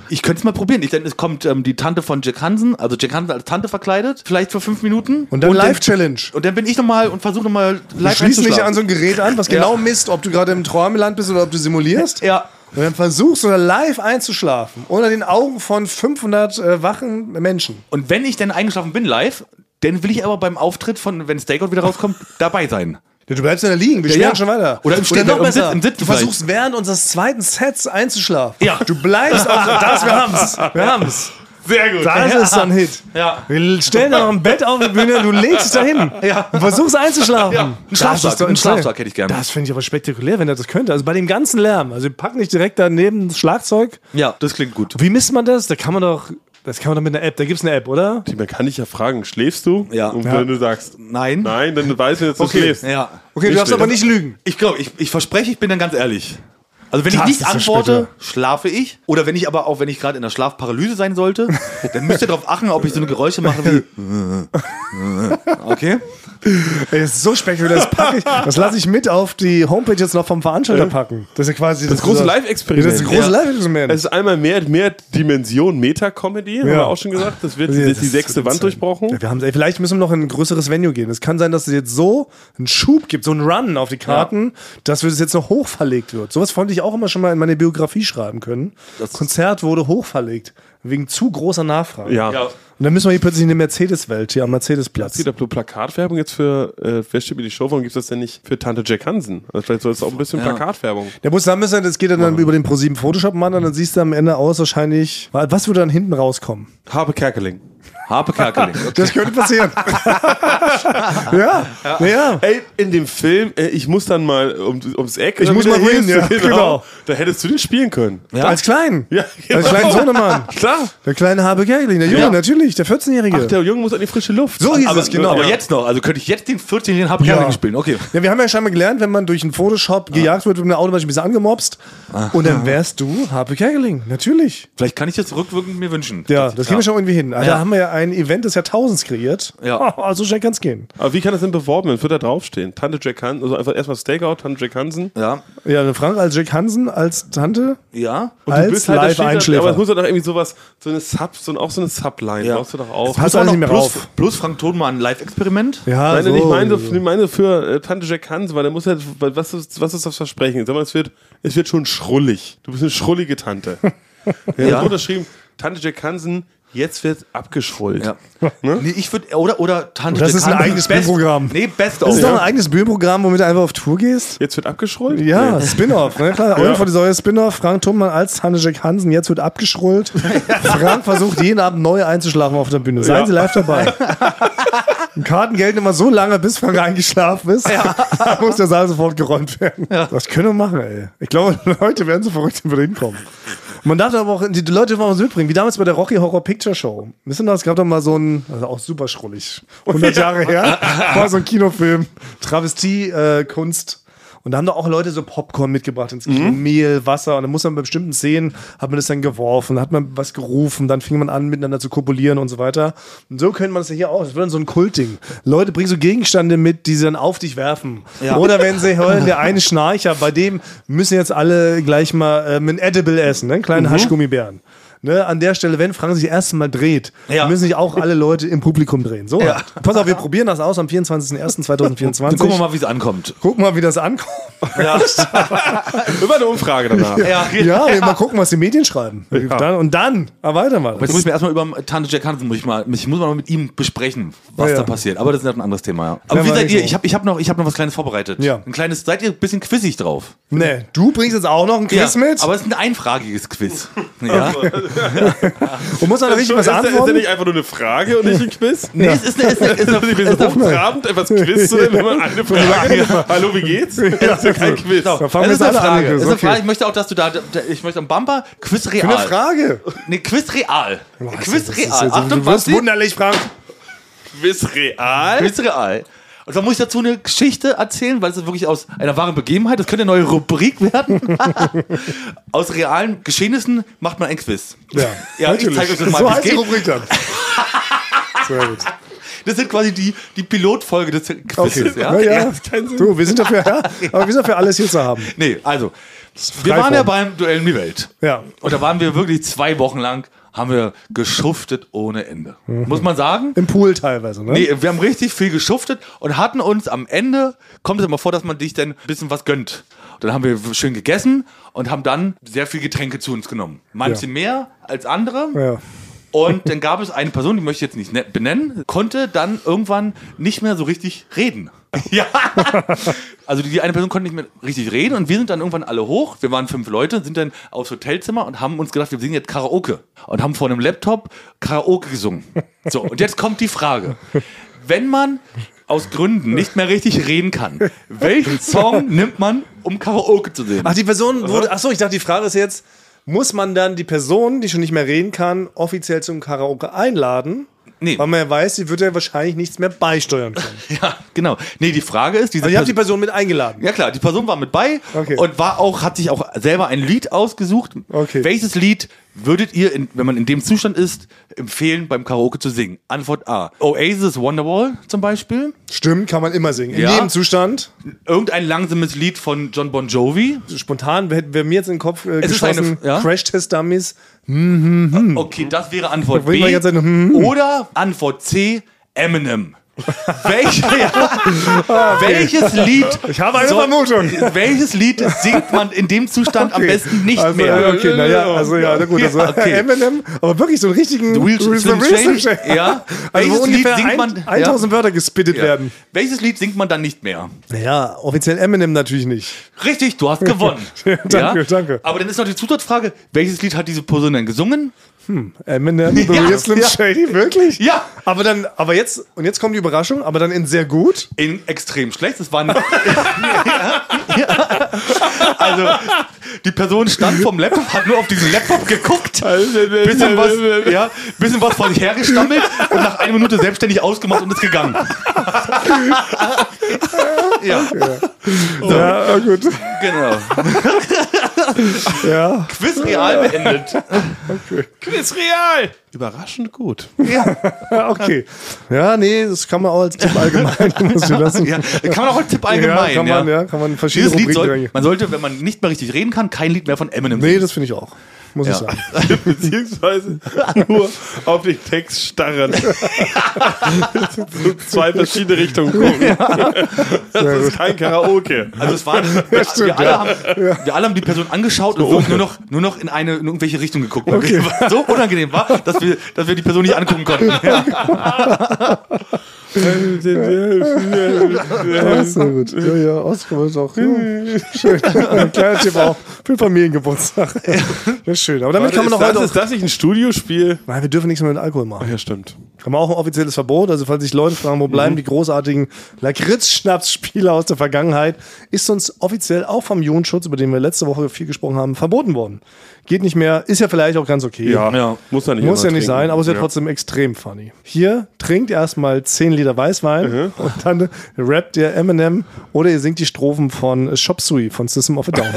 S1: ich könnte es mal probieren. Ich denke, es kommt ähm, die Tante von Jack Hansen, also Jack Hansen als Tante verkleidet, vielleicht für fünf Minuten.
S2: Und dann
S1: den-
S2: Live-Challenge.
S1: Und dann bin ich nochmal und versuche nochmal live
S2: Schließ nicht
S1: einzuschlafen.
S2: an so ein Gerät an, was genau misst, ob du gerade im Träumeland bist oder ob du simulierst.
S1: Ja.
S2: Und dann versuchst du da live einzuschlafen, unter den Augen von 500 äh, wachen Menschen.
S1: Und wenn ich dann eingeschlafen bin live, dann will ich aber beim Auftritt von, wenn Stakeout wieder rauskommt, dabei sein.
S2: Ja, du bleibst ja da liegen, wir
S1: Ja,
S2: stehen
S1: ja.
S2: schon weiter.
S1: Oder im Stehen,
S2: noch
S1: im
S2: besser,
S1: Sit- im Sitzen
S2: du
S1: vielleicht.
S2: versuchst während unseres zweiten Sets einzuschlafen.
S1: Ja.
S2: Du bleibst auf das, wir haben's. Wir haben's.
S3: Sehr gut.
S2: Das ist so ein Hit.
S1: Ja.
S2: Wir stellen dir noch ein Bett auf die Bühne, du legst dich dahin
S1: Ja.
S2: und versuchst einzuschlafen.
S1: Ja, einen
S2: Das
S1: Schlafsack,
S2: ist doch
S1: einen
S2: insane.
S1: Schlafsack hätte ich gerne.
S2: Das finde ich aber spektakulär, wenn er das könnte. Also bei dem ganzen Lärm. Also wir packen nicht direkt daneben das Schlagzeug.
S1: Ja, das klingt gut.
S2: Wie misst man das? Da kann man doch Das kann man doch mit einer App. Da gibt's eine App, oder?
S3: Man kann dich ja fragen, schläfst du?
S1: Ja.
S3: Und
S2: Ja.
S3: wenn du sagst,
S1: Nein.
S3: nein, dann weißt du jetzt, du schläfst.
S1: Ja.
S2: Okay, du
S3: Ich
S2: darfst
S3: will
S2: aber
S3: das.
S2: nicht lügen.
S1: Ich glaube, ich, ich verspreche, ich bin dann ganz ehrlich. Also wenn
S2: Das
S1: ich
S2: ist
S1: nicht
S2: der
S1: antworte, schlafe ich. Oder wenn ich aber auch, wenn ich gerade in der Schlafparalyse sein sollte, dann müsst ihr darauf achten, ob ich so eine Geräusche mache wie. Okay?
S2: Ey, Das ist so spektakulär. Das packe ich. Das lasse ich mit auf die Homepage jetzt noch vom Veranstalter packen. Das ist ja quasi das,
S3: große
S2: dieser-
S3: Live-Experiment.
S2: Das ist das große
S1: Ja.
S2: Live-Experiment.
S3: Es ist einmal mehr, mehr Dimension Meta-Comedy, haben wir auch schon gesagt. Das wird
S2: Also
S3: die,
S2: jetzt
S3: die
S2: ist-
S3: sechste Wand durchbrochen.
S2: Ja, wir haben, ey, vielleicht müssen wir noch in ein größeres Venue gehen. Es kann sein, dass es jetzt so einen Schub gibt, so einen Run auf die Karten, dass es jetzt noch hochverlegt wird. Sowas wollte ich auch immer schon mal in meine Biografie schreiben können. Das Konzert wurde hochverlegt, wegen zu großer Nachfrage.
S3: Ja.
S1: Ja.
S2: Und dann müssen wir hier plötzlich in der Mercedes-Welt, hier am Mercedes-Platz.
S3: Sieht da bloß Plakatwerbung jetzt für äh, Wer steht mir die Show? Warum gibt es das denn nicht für Tante Jack Hansen? Also vielleicht soll es auch ein bisschen Plakatwerbung.
S2: Der muss sagen, das geht dann, dann über den ProSieben Photoshop machen und dann siehst du am Ende aus wahrscheinlich, was würde dann hinten rauskommen?
S3: Habe Kerkeling.
S1: Harpe Kerkeling.
S2: Das könnte passieren. ja, ja. ja.
S3: Ey, in dem Film, äh, ich muss dann mal um, ums Eck. Ich
S2: muss mal hin, ja,
S3: genau.
S2: genau.
S3: Da hättest du den spielen können.
S1: Ja.
S2: Als klein.
S3: Ja,
S2: Als
S3: genau.
S2: kleinen Sohnemann.
S3: Klar.
S2: Der kleine Habe Gerling, der Junge,
S1: Ja.
S2: natürlich, der 14-Jährige.
S3: Ach, der Junge muss an die frische Luft.
S2: So hieß
S1: aber,
S2: es, genau.
S1: aber
S2: ja.
S1: jetzt noch. Also könnte ich jetzt den 14-jährigen Harpe Kerkeling spielen. Okay.
S2: Ja, wir haben ja scheinbar gelernt, wenn man durch einen
S3: Ah.
S2: Photoshop gejagt wird, wird man automatisch ein bisschen angemobst. Und dann wärst du Harpe Kerkeling, natürlich.
S1: Vielleicht kann ich das rückwirkend mir wünschen.
S2: Ja, das kriegen wir schon irgendwie hin. Also,
S1: Ja.
S2: Da haben wir ja ein Event des Jahrtausends kreiert.
S1: Ja.
S2: Oh, so schnell kann es gehen.
S3: Aber wie kann das denn beworben werden? Wird da draufstehen? Tante Jack Hansen, also einfach erstmal Stakeout, Tante Jack Hansen.
S1: Ja.
S2: Ja, dann Frank als Jack Hansen, als Tante.
S1: Ja.
S3: Und
S2: Als
S3: da
S2: live
S3: steht da-
S2: Einschläfer.
S3: halt Aber es muss doch noch irgendwie sowas, so eine Sub, so, ein- auch so eine Subline,
S1: Ja.
S3: brauchst du doch auch.
S2: Hast
S1: Muss
S2: alles
S1: man
S2: nicht mehr
S1: noch plus,
S2: rauf.
S1: plus Frank Thon mal ein Live-Experiment?
S2: Ja,
S3: Nein, ich meine, ich meine für äh, Tante Jack Hans, weil der muss ja, weil was ist, was ist das Versprechen? Sag mal, es wird, es wird schon schrullig. Du bist eine schrullige Tante. ja.
S1: Ja.
S3: ja. Unterschrieben, Tante Jack Hansen, jetzt wird abgeschrullt.
S1: Ja. Nee, ich würde, oder, oder Tante
S2: Ne? Das ist ein
S1: Tante-
S2: eigenes
S1: Best-
S2: Bühnenprogramm.
S1: Nee, best
S2: Das
S1: of.
S2: ist doch ein eigenes Bühnenprogramm, womit du einfach auf Tour gehst.
S3: Jetzt wird abgeschrullt?
S2: Ja,
S3: Nee.
S2: Spin-off. Ne? Klar, ja. von dieser Spin-off. Frank Thunmann als Tanne Jack Hansen. Jetzt wird abgeschrullt. Frank versucht jeden Abend neu einzuschlafen auf der Bühne. Seien
S3: Ja.
S2: Sie live dabei. Und Karten gelten immer so lange, bis Frank eingeschlafen ist. Da muss der Saal sofort geräumt werden. Das können wir machen, ey. Ich glaube, Leute werden so verrückt über hinkommen. Und Man darf aber auch, die Leute dürfen auch was mitbringen, wie damals bei der Rocky Horror Picture Show. Wisst ihr noch, es gab doch mal so ein, also auch super schrullig, 100 Jahre her, war so ein Kinofilm, Travestie-Kunst. Äh, Kunst. und da haben doch auch Leute so Popcorn mitgebracht ins Kino,
S1: Mhm.
S2: Mehl, Wasser. Und dann muss man bei bestimmten Szenen, hat man das dann geworfen, hat man was gerufen, dann fing man an, miteinander zu kopulieren und so weiter. Und so könnte man das ja hier auch. Das wird dann so ein Kultding. Leute bringen so Gegenstände mit, die sie dann auf dich werfen.
S1: Ja.
S2: Oder wenn sie hören, der eine Schnarcher, bei dem müssen jetzt alle gleich mal ähm, ein Edible essen, ne? einen kleinen
S1: Mhm.
S2: Haschgummibären. Ne, an der Stelle, wenn Frank sich das erste Mal dreht,
S1: Ja.
S2: müssen sich auch alle Leute im Publikum drehen. So, pass auf, wir probieren das aus am 24.01.2024.
S1: Dann gucken wir mal, wie es ankommt.
S2: Guck mal, wie das ankommt.
S1: Ja.
S3: Immer eine Umfrage danach.
S1: ja.
S2: Ja, wir mal gucken, was die Medien schreiben. Dann, und dann ah, erweitern wir
S1: Aber
S2: das.
S1: jetzt muss ich mir erstmal über Tante Jack Hansen, muss ich mal, ich muss mal mit ihm besprechen, was
S2: Ja, ja.
S1: da passiert. Aber das ist noch ein anderes Thema, ja. Aber
S2: Ja,
S1: wie
S2: war
S1: seid
S2: ich
S1: ihr?
S2: auch.
S1: Ich habe ich hab noch, ich hab noch was Kleines vorbereitet.
S2: Ja.
S1: Ein kleines, seid ihr ein bisschen quizzig drauf?
S2: Nee, du bringst jetzt auch noch ein Quiz mit
S1: Aber es ist ein einfragiges Quiz. Ja.
S2: und musst dann richtig was
S3: ist, da- ist da
S2: antworten.
S3: nicht einfach nur eine Frage und nicht ein Quiz?
S1: Nee, es ist eine, es ist eine, es ist eine, es
S3: Ist
S1: ist
S3: das
S1: eine
S3: hochtrabend, etwas Quiz zu nehmen, wenn man eine Frage Hallo, wie geht's? Das ist ja kein Quiz.
S1: Genau.
S2: fangen
S1: Es
S2: wir
S1: ist eine
S2: jetzt an,
S1: Frage.
S2: Alex.
S1: Es ist eine
S2: Okay.
S1: Frage. Ich möchte auch, dass du da, da ich möchte am Bumper Quiz real.
S2: Eine Frage.
S1: Nee, Quiz real. Quiz
S2: Das
S1: real.
S2: ist jetzt- also,
S1: Achtung,
S2: du wirst
S1: Basti.
S2: wunderlich, Frank.
S3: Quiz real?
S1: Quiz real. Und zwar muss ich dazu eine Geschichte erzählen, weil es ist wirklich aus einer wahren Begebenheit, das könnte eine neue Rubrik werden. aus realen Geschehnissen macht man ein Quiz.
S2: Ja,
S1: Ja, ich zeig euch das mal,
S2: so
S1: wie's
S2: heißt die
S1: geht.
S2: Rubrik dann. Sehr gut.
S1: Das sind quasi die, die Pilotfolge des
S2: Okay.
S1: Quizzes.
S2: Ja,
S1: Ja?
S2: ja. Du, wir sind dafür, ja, aber wir sind dafür alles hier zu haben.
S1: Nee, also, wir waren ja beim Duell um die Welt.
S2: Ja.
S1: Und da waren wir wirklich zwei Wochen lang, haben wir geschuftet ohne Ende.
S2: Mhm.
S1: Muss man sagen,
S2: Im Pool teilweise, ne?
S1: Nee, wir haben richtig viel geschuftet und hatten uns am Ende, kommt es immer vor, dass man dich dann ein bisschen was gönnt. Und dann haben wir schön gegessen und haben dann sehr viel Getränke zu uns genommen. Manche
S2: Ja.
S1: mehr als andere.
S2: Ja.
S1: Und dann gab es eine Person, die möchte ich jetzt nicht ne- benennen, konnte dann irgendwann nicht mehr so richtig reden. Ja. Also die eine Person konnte nicht mehr richtig reden und wir sind dann irgendwann alle hoch. Wir waren fünf Leute, sind dann aufs Hotelzimmer und haben uns gedacht, wir singen jetzt Karaoke. Und haben vor einem Laptop Karaoke gesungen. So, und jetzt kommt die Frage. Wenn man aus Gründen nicht mehr richtig reden kann, welchen Song nimmt man, um Karaoke zu sehen?
S2: Ach, die Person wurde. Achso, ich dachte, die Frage ist jetzt, muss man dann die Person, die schon nicht mehr reden kann, offiziell zum Karaoke einladen.
S1: Nee.
S2: Weil man ja weiß, sie wird ja wahrscheinlich nichts mehr beisteuern können.
S1: Ja, genau. Nee, die Frage ist, diese
S2: Also ich habe
S1: Person-
S2: die Person mit eingeladen.
S1: Ja klar, die Person war mit bei
S2: Okay.
S1: und war auch, hat sich auch selber ein Lied ausgesucht.
S2: Okay.
S1: Welches Lied würdet ihr, in, wenn man in dem Zustand ist, empfehlen, beim Karaoke zu singen? Antwort A. Oasis Wonderwall zum Beispiel.
S2: Stimmt, kann man immer singen. In
S1: Ja.
S2: jedem Zustand.
S1: Irgendein langsames Lied von John Bon Jovi.
S2: Spontan hätte wäre mir jetzt in den Kopf äh,
S1: Es ist eine-
S2: geschossen,
S1: ja.
S2: Crash-Test-Dummies.
S1: Okay, das wäre Antwort
S2: Da Hm. will
S1: B.
S2: ich mal die ganze Zeit nur, hm,
S1: Oder Antwort C. Eminem. Welche, Welches Lied?
S2: Ich habe eine Vermutung.
S1: Welches Lied singt man in dem Zustand am besten nicht
S2: also,
S1: mehr?
S2: ja, Okay, naja, also ja, na gut, also
S1: Ja, okay.
S2: Eminem, aber wirklich so einen richtigen
S1: The Wheel-
S2: so einen
S1: Slim
S2: richtigen
S1: Shady,
S2: Shady.
S1: ja.
S2: Also
S1: Welches
S2: wo ungefähr
S1: Lied singt
S2: ein-
S1: man- ja.
S2: 1000 Wörter gespittet
S1: Ja.
S2: werden.
S1: Welches Lied singt man dann nicht mehr?
S2: Naja, offiziell Eminem natürlich nicht.
S1: Richtig, du hast gewonnen.
S2: Danke, danke.
S1: Aber dann ist noch die Zusatzfrage, welches Lied hat diese Person denn gesungen?
S2: Eminem, The
S1: Ja,
S2: Real Slim
S1: ja.
S2: Shady, wirklich?
S1: Ja.
S2: Aber dann, aber jetzt, und jetzt kommt die Überraschung, aber dann in sehr gut.
S1: In extrem schlecht. Es war ja, ja. Also, die Person stand vom Laptop, hat nur auf diesen Laptop geguckt, bisschen was, ja, bisschen was vor sich hergestammelt und nach einer Minute selbstständig ausgemacht und ist gegangen. ja,
S2: Ja,
S1: oh
S2: ja, gut.
S1: genau.
S2: Ja.
S1: Quiz real beendet.
S3: Quiz real! Überraschend gut.
S2: ja, okay. Ja, nee, das kann man auch als Tipp allgemein muss ich lassen.
S1: Ja, kann man auch als Tipp allgemein.
S2: ja, kann man, ja. kann man verschiedene
S1: Dieses Lied
S2: Rubriken
S1: soll,
S2: reingehen.
S1: man sollte, wenn man nicht mehr richtig reden kann, kein Lied mehr von Eminem
S2: Nee, das finde ich auch. Muss ich
S1: Ja.
S2: sagen.
S3: Beziehungsweise nur auf den Text starren. So Zwei verschiedene Richtungen gucken. Das ist kein Karaoke.
S1: Also es war, wir, wir, alle haben, wir alle haben die Person angeschaut und wir haben nur noch, nur noch in eine in irgendwelche Richtung geguckt, weil okay. es so unangenehm war, dass wir, dass wir die Person nicht angucken konnten. Ja.
S2: Ja, sehr gut. Ja, ja, Oscar ist auch. Ja. Schön. Ein kleiner Tipp auch für Familiengeburtstag. Ja, schön. Aber damit kann man noch
S3: ist,
S2: heute.
S3: das,
S2: Auch,
S3: ist das nicht ein Studiospiel?
S2: nein, wir dürfen nichts mehr mit Alkohol machen.
S3: Ja, stimmt.
S2: Haben wir auch ein offizielles Verbot. Also, falls sich Leute fragen, wo bleiben die großartigen Lakritz-Schnaps-Spieler aus der Vergangenheit, ist uns offiziell auch vom Ionenschutz, über den wir letzte Woche viel gesprochen haben, verboten worden. Geht nicht mehr, ist ja vielleicht auch ganz okay.
S1: Ja.
S3: Muss ja nicht,
S2: Muss ja
S3: immer
S2: nicht
S3: trinken.
S2: sein, aber es ist ja trotzdem extrem funny. Hier trinkt ihr erstmal 10 Liter Weißwein und dann rappt ihr Eminem oder ihr singt die Strophen von Shop Sui von System of a Down.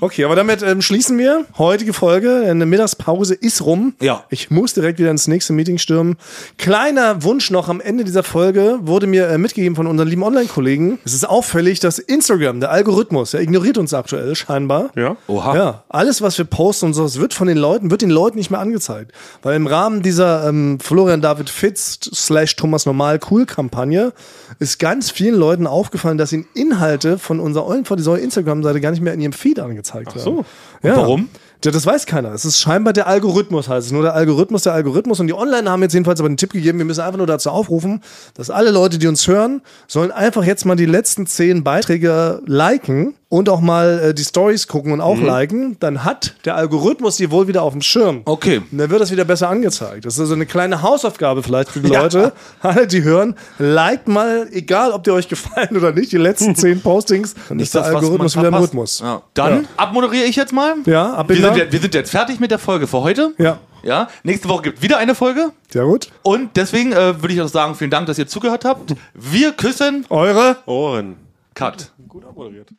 S2: Okay, aber damit ähm, schließen wir heutige Folge. Eine Mittagspause ist rum.
S1: Ja.
S2: Ich muss direkt wieder ins nächste Meeting stürmen. Kleiner Wunsch noch am Ende dieser Folge wurde mir äh, mitgegeben von unseren lieben Online-Kollegen. Es ist auffällig, dass Instagram, der Algorithmus, der ignoriert uns aktuell scheinbar.
S3: Ja.
S1: Oha.
S2: Ja, alles, was wir posten und so, das wird von den Leuten, wird den Leuten nicht mehr angezeigt. Weil im Rahmen dieser ähm, Florian David Fitz slash Thomas Normal Cool Kampagne ist ganz vielen Leuten aufgefallen, dass ihnen Inhalte von unserer Eulen vor dieser Instagram-Seite gar nicht mehr in ihrem Feed angezeigt werden.
S3: so.
S2: Ja.
S1: warum?
S2: Ja, das weiß keiner. Es ist scheinbar der Algorithmus, heißt es. Nur der Algorithmus, der Algorithmus. Und die Online haben jetzt jedenfalls aber einen Tipp gegeben. Wir müssen einfach nur dazu aufrufen, dass alle Leute, die uns hören, sollen einfach jetzt mal die letzten zehn Beiträge liken und auch mal äh, die Stories gucken und auch
S1: Mhm.
S2: liken. Dann hat der Algorithmus die wohl wieder auf dem Schirm.
S1: Okay.
S2: Und dann wird das wieder besser angezeigt. Das ist also eine kleine Hausaufgabe vielleicht für die Leute. Alle, die hören, liked mal, egal ob die euch gefallen oder nicht, die letzten zehn Postings. Dann ist der
S1: Das, was man
S2: Algorithmos wieder im
S1: verpasst.
S2: Rhythmus.
S1: Ja. Dann abmoderiere ich jetzt mal.
S2: Ja, ab
S1: wir sind,
S2: in der-
S1: ja, wir sind jetzt fertig mit der Folge für heute.
S2: Ja.
S1: Ja. Nächste Woche gibt wieder eine Folge.
S2: Sehr gut.
S1: Und deswegen äh, würde ich auch sagen, vielen Dank, dass ihr zugehört habt. Wir küssen.
S2: Eure
S3: Ohren.
S1: Cut.
S3: Gut abmoderiert.